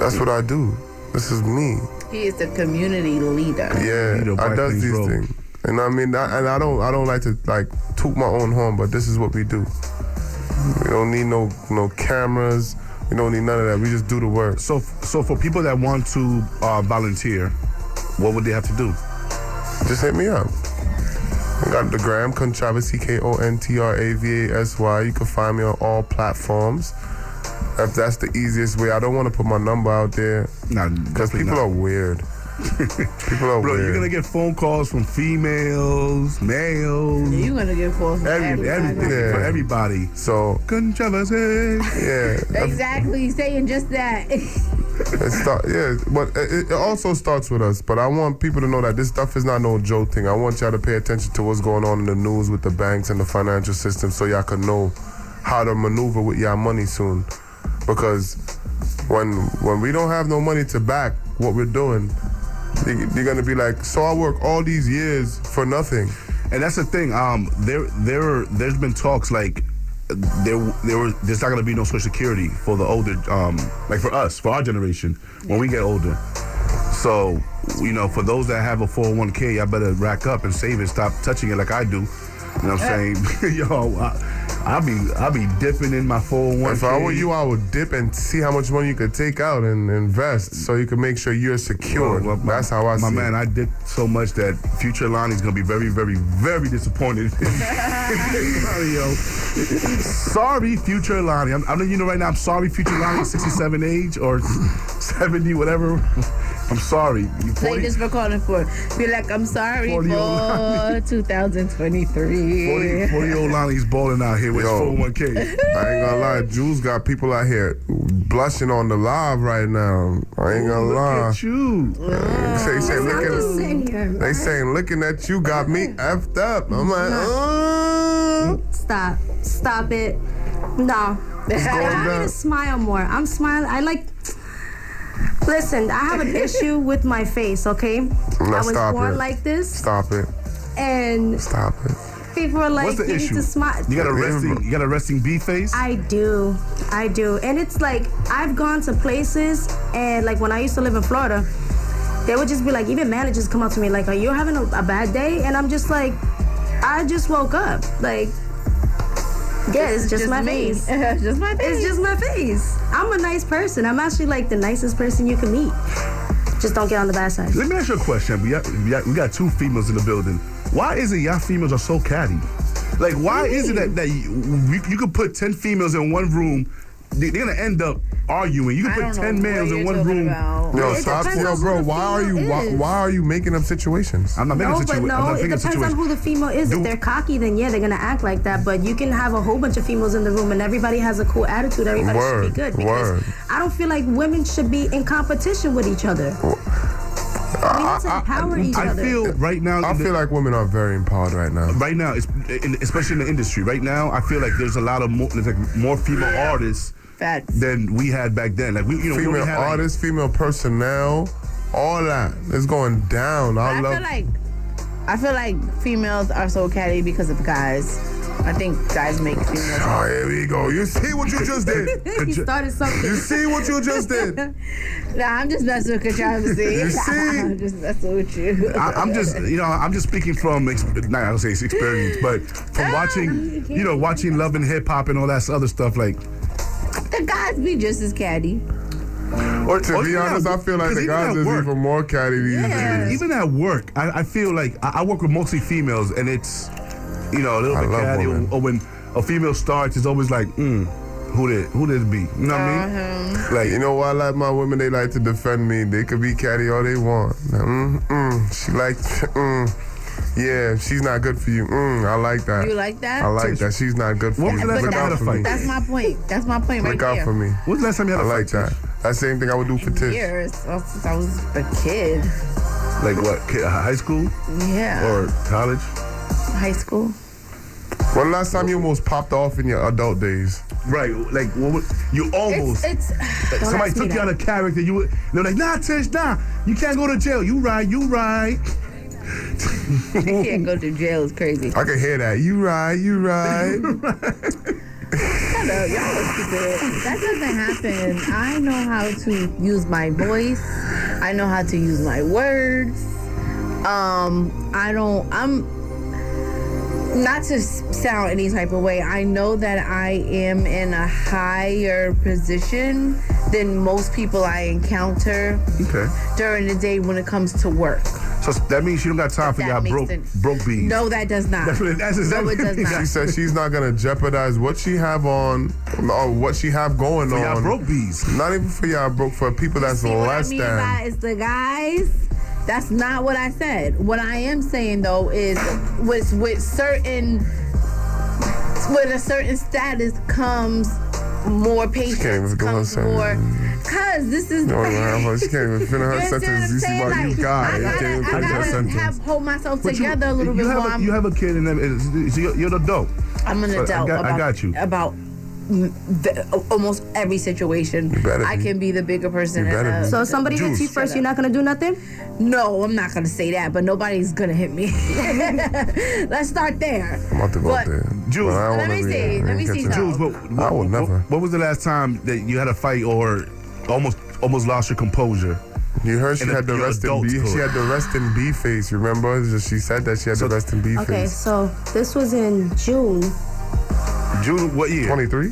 Speaker 3: That's what I do. This is me.
Speaker 7: He is the community leader.
Speaker 3: Yeah,
Speaker 1: Leader of
Speaker 3: I
Speaker 1: White
Speaker 3: does
Speaker 1: Plains
Speaker 3: these
Speaker 1: Road.
Speaker 3: things. And I mean, I, and I don't I don't like to like toot my own horn, but this is what we do. We don't need no no cameras. We don't need none of that. We just do the work.
Speaker 1: So, so for people that want to uh, volunteer, what would they have to do?
Speaker 3: just hit me up. I got the gram, Controversy, K O N T R A V A S Y. You can find me on all platforms. If that's the easiest way, I don't want to put my number out there
Speaker 1: Nah,
Speaker 3: because
Speaker 1: definitely
Speaker 3: people
Speaker 1: not.
Speaker 3: are weird. people are
Speaker 1: Bro,
Speaker 3: weird.
Speaker 1: you're gonna get phone calls from females, males,
Speaker 7: You're gonna get four from
Speaker 1: every, everything
Speaker 7: everybody.
Speaker 3: Yeah.
Speaker 1: for everybody.
Speaker 3: so,
Speaker 1: Controversy.
Speaker 3: yeah.
Speaker 7: Exactly, saying just that.
Speaker 3: It start, yeah, but it, it also starts with us. But I want people to know that this stuff is not no joke thing. I want y'all to pay attention to what's going on in the news with the banks and the financial system, so y'all can know how to maneuver with y'all money soon. Because when when we don't have no money to back what we're doing, you- you're gonna be like, so I work all these years for nothing.
Speaker 1: And that's the thing. Um, there, there, are, there's been talks like there, there were. There's not gonna be no social security for the older, um, like for us, for our generation when we get older. So, you know, for those that have a 401k, I better rack up and save it. Stop touching it like I do. You know what I'm saying? Yo, I, I'll be, I'll be dipping in my 401k.
Speaker 3: If I were you, I would dip and see how much money you could take out and invest, so you can make sure you're secure.
Speaker 1: Well, my-
Speaker 3: That's how I
Speaker 1: My
Speaker 3: see
Speaker 1: man,
Speaker 3: it.
Speaker 1: I did so much that future Lonnie's gonna be very, very, very disappointed. sorry, yo. Sorry, future Lonnie. I'm, I'm letting you know right now. I'm sorry, future Lonnie, 67 age or 70, whatever. I'm sorry. You
Speaker 7: Say
Speaker 1: 40,
Speaker 7: just for calling for. Be like, I'm sorry
Speaker 1: Forty
Speaker 7: for
Speaker 1: old
Speaker 7: 2023.
Speaker 1: 40, 40 old Lonnie's balling out here with
Speaker 3: Yo.
Speaker 1: 401k.
Speaker 3: I ain't gonna lie, Jews got people out here blushing on the live right now. I ain't gonna
Speaker 1: Look
Speaker 3: lie.
Speaker 1: at you.
Speaker 3: Say, say,
Speaker 8: I'm
Speaker 3: look
Speaker 8: just
Speaker 3: at,
Speaker 8: sitting here.
Speaker 3: they saying looking at you got me effed up. I'm like, uh,
Speaker 8: Stop. Stop it. No. I need to smile more. I'm smiling. I like. Listen, I have an issue with my face, okay? I was
Speaker 3: stop
Speaker 8: born
Speaker 3: it.
Speaker 8: like this,
Speaker 3: stop it,
Speaker 8: and
Speaker 3: stop it.
Speaker 8: people are like,
Speaker 1: What's the
Speaker 8: you
Speaker 1: issue?
Speaker 8: need to smile.
Speaker 1: You got a resting, you got a resting B face.
Speaker 8: I do. I do. And it's like I've gone to places and like when I used to live in Florida, they would just be like, even managers come up to me like, Are you having a, a bad day? And I'm just like, I just woke up. Like, yeah, it's just, my
Speaker 7: me.
Speaker 8: face.
Speaker 7: just my face.
Speaker 8: It's just my face. I'm a nice person. I'm actually like the nicest person you can meet. Just don't get on the bad side.
Speaker 1: Let me ask you a question. We got, we got- we got two females in the building. Why is it y'all females are so catty? Like, why is it that, that you, we, you could put 10 females in one room, they, are going to end up arguing. You
Speaker 7: I
Speaker 1: can
Speaker 7: don't
Speaker 1: put
Speaker 7: know
Speaker 1: 10
Speaker 7: what
Speaker 1: males
Speaker 7: you're
Speaker 1: in one
Speaker 7: talking
Speaker 1: room.
Speaker 7: about.
Speaker 3: Yo,
Speaker 8: It
Speaker 3: stop,
Speaker 8: depends
Speaker 3: yo,
Speaker 8: on
Speaker 3: bro.
Speaker 8: who the
Speaker 3: Why are you
Speaker 8: female
Speaker 3: why,
Speaker 8: is.
Speaker 3: why are you making up situations?
Speaker 1: I'm not making
Speaker 8: No,
Speaker 1: a
Speaker 8: but
Speaker 1: situation. I'm
Speaker 8: no,
Speaker 1: not
Speaker 8: it
Speaker 1: making a
Speaker 8: depends on
Speaker 1: situation.
Speaker 8: who the female is.
Speaker 1: Do-
Speaker 8: If they're cocky, then yeah, they're gonna act like that. But you can have a whole bunch of females in the room, and everybody has a cool attitude. Everybody should
Speaker 3: Word,
Speaker 8: be good because
Speaker 3: word.
Speaker 8: I don't feel like women should be in competition with each other. We need to empower each
Speaker 1: I
Speaker 8: other.
Speaker 1: feel right now.
Speaker 3: I
Speaker 1: in the-
Speaker 3: feel like women are very empowered right now.
Speaker 1: right now, it's, in, especially in the industry, right now, I feel like there's a lot of more, there's like more female artists
Speaker 7: Facts.
Speaker 1: than we had back then. Like we, you know, we
Speaker 3: Female
Speaker 1: only had like,
Speaker 3: artists, female personnel, all that is going down. I
Speaker 7: I
Speaker 3: love.
Speaker 7: feel like I feel like females are so catty because of guys. I think guys make females.
Speaker 3: Oh, here we go. You see what you just did.
Speaker 7: he started
Speaker 3: You
Speaker 7: something.
Speaker 3: see what you just did.
Speaker 7: Nah, I'm just messing with controversy.
Speaker 3: You see?
Speaker 7: I'm just messing with you.
Speaker 1: I, I'm just, you know, I'm just speaking from, ex- not I don't say it's experience, but from watching, you know, watching Love and Hip Hop and all that other stuff. Like,
Speaker 7: the guys be just as catty.
Speaker 3: Or to
Speaker 1: Oh,
Speaker 3: be
Speaker 1: yeah,
Speaker 3: honest, I feel like
Speaker 1: because
Speaker 3: the
Speaker 1: even
Speaker 3: guys
Speaker 1: at
Speaker 3: is
Speaker 1: work-
Speaker 3: even more catty these
Speaker 7: Yeah.
Speaker 3: days.
Speaker 1: even at work, I, I feel like I, I work with mostly females, and it's, you know, a little
Speaker 3: I
Speaker 1: bit
Speaker 3: love
Speaker 1: catty. Or,
Speaker 3: women.
Speaker 1: or when a female starts, it's always like, mm, who did who did it be? You know what I
Speaker 7: Uh-huh.
Speaker 1: mean?
Speaker 7: Um,
Speaker 3: Like, you know why I like my women? They like to defend me. They could be catty all they want. Like, mm, mm, she like, mm, yeah, she's not good for you. Mm, I like that.
Speaker 7: You like that?
Speaker 3: I like that. She's not good for
Speaker 1: What
Speaker 3: you.
Speaker 1: was the last
Speaker 3: Look
Speaker 1: time I
Speaker 3: out
Speaker 1: had a
Speaker 3: for
Speaker 1: fight?
Speaker 3: me.
Speaker 7: That's my point. That's my point right
Speaker 3: Look out
Speaker 7: there.
Speaker 3: for me.
Speaker 1: When's the last time you had a
Speaker 3: I like
Speaker 1: fight?
Speaker 3: that. That same thing I would do for Tish.
Speaker 7: Years uh, since I was a kid.
Speaker 1: Like what? Kid, high school
Speaker 7: Yeah.
Speaker 1: or college?
Speaker 7: high school.
Speaker 3: When last time you almost popped off in your adult days?
Speaker 1: Right. Like what, would- you almost.
Speaker 7: It's, it's
Speaker 1: Like, somebody
Speaker 8: ask me
Speaker 1: took you out
Speaker 8: that.
Speaker 1: of character. You were, they're like, nah, Tish, nah, you can't go to jail. You right, you right.
Speaker 7: you can't go to jail. It's crazy.
Speaker 3: I could hear that. You right, you right.
Speaker 7: Shut up, y'all are stupid. That doesn't happen. I know how to use my voice. I know how to use my words. Um, I don't. I'm not to s- sound any type of way. I know that I am in a higher position than most people I encounter
Speaker 1: Okay.
Speaker 7: during the day when it comes to work.
Speaker 1: So that means she don't got time for
Speaker 7: That
Speaker 1: y'all
Speaker 7: makes
Speaker 1: broke
Speaker 7: sense.
Speaker 1: broke bees.
Speaker 7: No, that does not.
Speaker 1: That's, what- that's
Speaker 7: No,
Speaker 1: exactly
Speaker 7: it does not.
Speaker 3: She said she's not gonna jeopardize what she have on or what she have going
Speaker 1: For y'all
Speaker 3: on.
Speaker 1: broke bees.
Speaker 3: Not even for y'all broke for people that's
Speaker 7: See what I
Speaker 3: less
Speaker 7: mean
Speaker 3: than.
Speaker 7: by is the guys. That's not what I said. What I am saying though is with with certain with a certain status comes more
Speaker 3: can't
Speaker 7: patience,
Speaker 3: even go
Speaker 7: comes
Speaker 3: outside.
Speaker 7: more. Cause this is.
Speaker 3: You know, her- her- she can't even finish
Speaker 7: You
Speaker 3: her sentence.
Speaker 7: understand what I'm
Speaker 3: You see
Speaker 7: saying?
Speaker 3: why you
Speaker 7: Like,
Speaker 3: got
Speaker 7: I
Speaker 3: it. You
Speaker 7: gotta,
Speaker 3: can't even
Speaker 7: I
Speaker 3: finish her
Speaker 7: gotta
Speaker 3: sentence.
Speaker 7: have hold myself
Speaker 1: But you-
Speaker 7: together a little
Speaker 1: you
Speaker 7: bit.
Speaker 1: Have
Speaker 7: while
Speaker 1: a,
Speaker 7: I'm,
Speaker 1: you have a kid and everything. So you're, you're the dope.
Speaker 7: I'm an
Speaker 1: So I
Speaker 7: adult.
Speaker 1: got- I
Speaker 7: about,
Speaker 1: got you.
Speaker 7: About mm, the, almost every situation,
Speaker 3: better
Speaker 7: I
Speaker 3: be.
Speaker 7: can be the bigger
Speaker 3: You
Speaker 7: person. in
Speaker 3: better
Speaker 7: a-
Speaker 3: be.
Speaker 8: So if somebody hits you
Speaker 3: Juice.
Speaker 8: first, you're not gonna do nothing?
Speaker 7: No, I'm not gonna say that, but nobody's gonna hit me. Let's start there.
Speaker 3: I'm about to go
Speaker 7: But-
Speaker 3: out there.
Speaker 1: Jules,
Speaker 3: But I don't
Speaker 7: let
Speaker 3: wanna
Speaker 7: me
Speaker 3: be-
Speaker 7: see, let me
Speaker 3: catch
Speaker 7: see
Speaker 3: it.
Speaker 7: something.
Speaker 1: Jules, but
Speaker 3: I
Speaker 1: what,
Speaker 3: would never.
Speaker 1: What was the last time that you had a fight or almost almost lost your composure?
Speaker 3: You heard she
Speaker 1: And
Speaker 3: had the
Speaker 1: your
Speaker 3: rest in
Speaker 1: adulthood.
Speaker 3: B. She had the rest in B face. Remember, It's just- she said that she had the rest in B
Speaker 8: Okay,
Speaker 3: face.
Speaker 8: so this was in June.
Speaker 1: June, what year?
Speaker 3: 23.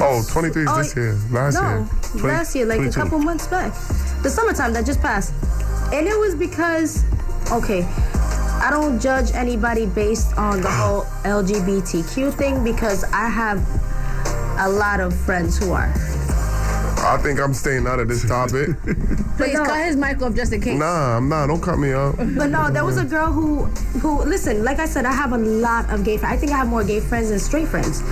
Speaker 3: Oh, 23 is
Speaker 8: Oh,
Speaker 3: this year. Last
Speaker 8: No,
Speaker 3: year.
Speaker 8: last year, like a
Speaker 1: 22.
Speaker 8: couple months back. The summertime that just passed. And it was because, okay, I don't judge anybody based on the whole LGBTQ thing because I have a lot of friends who are.
Speaker 3: I think I'm staying out of this topic.
Speaker 7: Please
Speaker 8: no.
Speaker 7: cut his mic off just in case.
Speaker 3: nah, I'm not. Don't cut me up.
Speaker 8: But no, there was a girl who, who listen. Like I said, I have a lot of gay. friends. I think I have more gay friends than straight friends,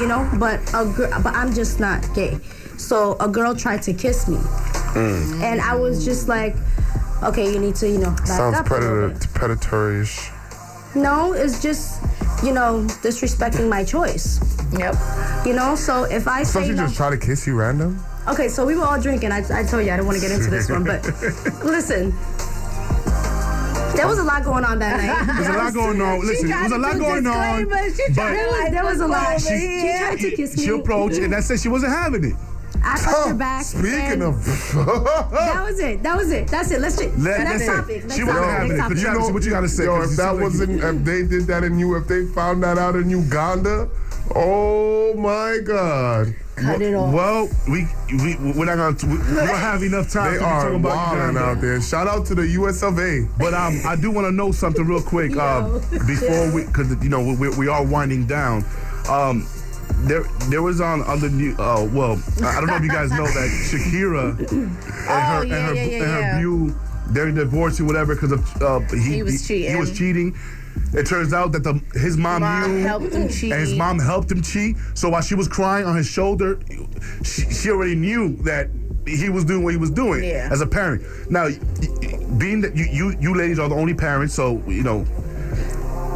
Speaker 8: you know. But a gr- but I'm just not gay. So a girl tried to kiss me,
Speaker 3: Mm.
Speaker 8: and I was just like, okay, you need to, you know, back
Speaker 3: Sounds
Speaker 8: up a little
Speaker 3: predator,
Speaker 8: bit.
Speaker 3: predatoryish.
Speaker 8: No, it's just, you know, disrespecting my choice.
Speaker 7: Yep.
Speaker 8: You know, so if I
Speaker 3: So
Speaker 8: say
Speaker 3: she
Speaker 8: no,
Speaker 3: just try to kiss you random?
Speaker 8: okay, so we were all drinking. I, I told you I didn't want to get into this one, but listen, there was a lot going on that night.
Speaker 1: There's a lot going on. Listen,
Speaker 7: tried
Speaker 1: there's a
Speaker 7: to
Speaker 1: lot
Speaker 7: do
Speaker 1: going on.
Speaker 7: disclaimers. She tried
Speaker 1: but-
Speaker 7: to like
Speaker 8: There was a lot.
Speaker 7: over
Speaker 8: She- she
Speaker 7: here.
Speaker 8: tried to kiss me.
Speaker 1: She approached and that said she wasn't having it.
Speaker 8: I pushed her back.
Speaker 3: Speaking
Speaker 8: and
Speaker 3: of,
Speaker 8: that was it. That was it. That's it. Letlet's just
Speaker 1: Let-
Speaker 8: next
Speaker 1: listen,
Speaker 8: topic. Next
Speaker 1: she wasn't
Speaker 8: topic.
Speaker 1: having
Speaker 8: Next
Speaker 1: it.
Speaker 8: topic.
Speaker 1: Could Travis, what you gotta say?
Speaker 3: Yo,
Speaker 1: 'Cause
Speaker 3: if
Speaker 1: you
Speaker 3: that
Speaker 1: sound like
Speaker 3: was in, if they did that in you, if they found that out in Uganda, oh my God,
Speaker 7: Cut it off.
Speaker 1: Well, we we we're not gonna we, we don't have enough time
Speaker 3: they
Speaker 1: to be
Speaker 3: are
Speaker 1: talking about
Speaker 3: wilding
Speaker 1: Uganda.
Speaker 3: out there. Shout out to the US of A.
Speaker 1: But um, I do want to know something real quick um, before we, because you know we, we are winding down. Um, there there was on on the new. Uh, well, I I don't know if you guys know that Shakira and her
Speaker 7: Oh, yeah,
Speaker 1: and her
Speaker 7: yeah,
Speaker 1: and
Speaker 7: yeah,
Speaker 1: her
Speaker 7: yeah.
Speaker 1: view they're divorcing whatever because of uh, he,
Speaker 7: He was
Speaker 1: He
Speaker 7: cheating.
Speaker 1: was cheating. It turns out that the his mom,
Speaker 7: Mom
Speaker 1: knew
Speaker 7: helped him cheat.
Speaker 1: and his mom helped him cheat. So while she was crying on his shoulder, she, she already knew that he was doing what he was doing
Speaker 7: Yeah.
Speaker 1: as a parent. Now, y- y- being that you, you you ladies are the only parents, so you know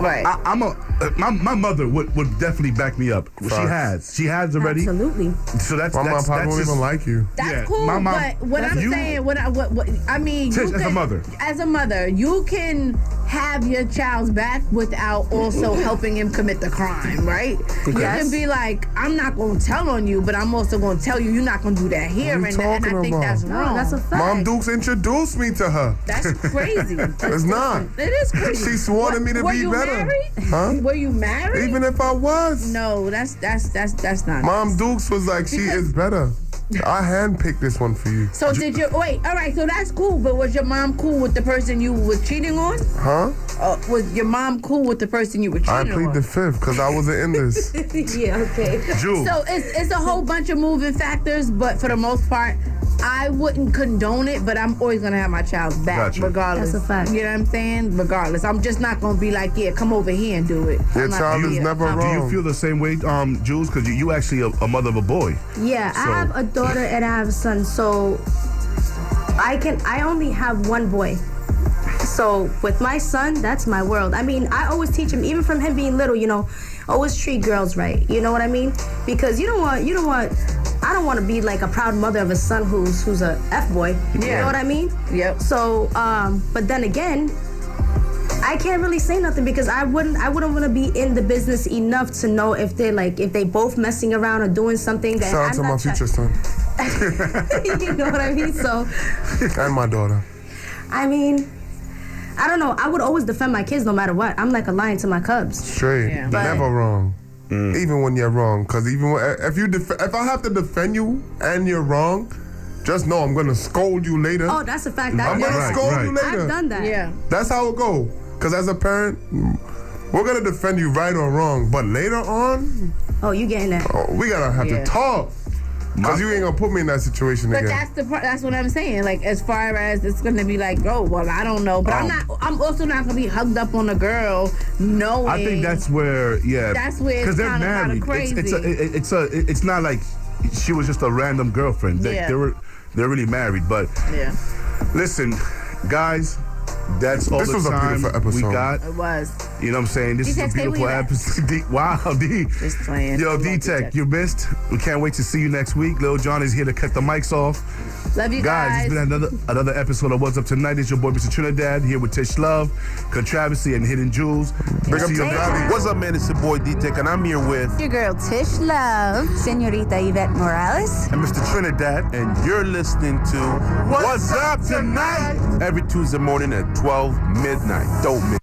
Speaker 7: Right.
Speaker 1: I, I'm a uh, my, my mother would, would definitely back me up. She
Speaker 3: Facts.
Speaker 1: has she has already.
Speaker 8: Absolutely.
Speaker 1: So that's
Speaker 3: My mom
Speaker 1: that's,
Speaker 3: probably
Speaker 1: that's
Speaker 3: won't
Speaker 1: just,
Speaker 3: even like you.
Speaker 7: That's
Speaker 1: Yeah,
Speaker 7: cool,
Speaker 1: my mom-
Speaker 7: but what I'm
Speaker 1: You-
Speaker 7: saying, what I, what, what I mean,
Speaker 1: Tish,
Speaker 7: you
Speaker 1: as a
Speaker 7: can-
Speaker 1: mother.
Speaker 7: as a mother, you can have your child's back without
Speaker 1: Mm-hmm.
Speaker 7: also helping him commit the crime, right? You
Speaker 3: Okay.
Speaker 7: can be like, I'm not going to tell on you, but I'm also going to tell you you're not going to do that here.
Speaker 3: you
Speaker 7: And, that- and I
Speaker 3: talking
Speaker 7: think
Speaker 3: about?
Speaker 7: that's
Speaker 8: No,
Speaker 7: wrong.
Speaker 8: that's a fact.
Speaker 3: Mom Dukes introduced me to her.
Speaker 7: That's crazy.
Speaker 3: It's not.
Speaker 7: It is crazy.
Speaker 3: She swore to
Speaker 7: What-
Speaker 3: me to
Speaker 7: were
Speaker 3: be
Speaker 7: you
Speaker 3: better.
Speaker 7: Married?
Speaker 3: Huh?
Speaker 7: Were you married?
Speaker 3: Even if I was.
Speaker 7: no, that's that's that's that's not.
Speaker 3: Mom Dukes was like, she
Speaker 7: Because-
Speaker 3: is better. I handpicked this one for you.
Speaker 7: so did your wait? All right, so that's cool. But was your mom cool with the person you were cheating on?
Speaker 3: Huh?
Speaker 7: Uh, was your mom cool with the person you were cheating
Speaker 3: I plead
Speaker 7: on?
Speaker 3: the fifth because I wasn't in this.
Speaker 8: yeah, okay.
Speaker 1: Jew.
Speaker 7: so it's it's a whole bunch of moving factors, but for the most part, I wouldn't condone it. But I'm always gonna have my child's back,
Speaker 1: Gotcha.
Speaker 7: regardless.
Speaker 8: That's a fact.
Speaker 7: You know what I'm saying? Regardless, I'm just not gonna be like, yeah, come over here and do it.
Speaker 3: Your
Speaker 7: I'm not
Speaker 3: child
Speaker 7: gonna
Speaker 3: is
Speaker 7: be a-
Speaker 3: never
Speaker 7: I'm-
Speaker 1: do
Speaker 3: wrong.
Speaker 1: you feel the same way, um, Jules? Because you, you actually a, a mother of a boy.
Speaker 8: Yeah,
Speaker 1: So-
Speaker 8: I have a daughter and I have a son, so I can I only have one boy. So with my son, that's my world. I mean, I always teach him, even from him being little, you know, always treat girls right. You know what I mean? Because you don't want you don't want I don't want to be like a proud mother of a son who's who's a f boy. You
Speaker 7: Yeah.
Speaker 8: know what I mean?
Speaker 7: Yep.
Speaker 8: So, um, but then again, I can't really say nothing because I wouldn't I wouldn't want to be in the business enough to know if they like if they both messing around or doing something that
Speaker 3: Shout
Speaker 8: I'm
Speaker 3: out to
Speaker 8: not
Speaker 3: my
Speaker 8: try-
Speaker 3: future son
Speaker 8: you know what I mean? So,
Speaker 3: and my daughter.
Speaker 8: I mean, I don't know. I would always defend my kids no matter what. I'm like a lion to my cubs.
Speaker 3: Straight.
Speaker 7: Yeah.
Speaker 8: But-
Speaker 3: Never wrong. Even when you're wrong, because even when, eh, if you def- if I have to defend you and you're wrong, just know I'm gonna scold you later.
Speaker 8: Oh, that's a fact. That,
Speaker 3: I'm gonna
Speaker 8: that's-
Speaker 3: scold you
Speaker 1: right.
Speaker 3: later.
Speaker 8: I've done that.
Speaker 7: Yeah.
Speaker 3: That's how it go. Cause as a parent, we're gonna defend you right or wrong, but later on,
Speaker 8: Oh, you getting that?
Speaker 3: oh, we gotta have
Speaker 7: Yeah.
Speaker 3: to talk. Cause you ain't gonna put me in that situation
Speaker 7: But
Speaker 3: again.
Speaker 7: that's the part. That's what I'm saying. Like as far as it's gonna be like, oh well, I don't know, but I'm
Speaker 1: Um,
Speaker 7: not. I'm also not gonna be hugged up on a girl knowing.
Speaker 1: I think that's where, yeah,
Speaker 7: That's where it's
Speaker 1: they're
Speaker 7: kinda- kinda
Speaker 1: married. It's, it's a,
Speaker 7: crazy.
Speaker 1: it- it's a, it- it's not like she was just a random girlfriend. They,
Speaker 7: Yeah.
Speaker 1: they were, they're really married. But
Speaker 7: yeah,
Speaker 1: listen, guys, that's all
Speaker 3: This
Speaker 1: the
Speaker 3: was a
Speaker 1: time
Speaker 3: beautiful episode.
Speaker 1: we got.
Speaker 7: it was.
Speaker 1: You know what I'm saying? This
Speaker 7: D-Tech,
Speaker 1: is a
Speaker 7: say where
Speaker 1: beautiful
Speaker 7: you at.
Speaker 1: episode. D- wow, D.
Speaker 7: Just playing. I
Speaker 1: Yo,
Speaker 7: love
Speaker 1: D
Speaker 7: D-Tech.
Speaker 1: Tech, you missed. We can't wait to see you next week. Lil John is here to cut the mics off.
Speaker 7: Love you
Speaker 1: Guys,
Speaker 7: guys.
Speaker 1: it's been another another episode of What's Up Tonight. It's your boy Mr. Trinidad here with Tish Love, Controversy, and Hidden Jewels. Big
Speaker 3: up to Bobby.
Speaker 11: What's up, man? It's your boy D Tech, and I'm here with
Speaker 6: Your girl Tish Love, Senorita Yvette Morales.
Speaker 11: and Mr. Trinidad, and you're listening to What's, Up Tonight every Tuesday morning at 12 midnight. Don't miss.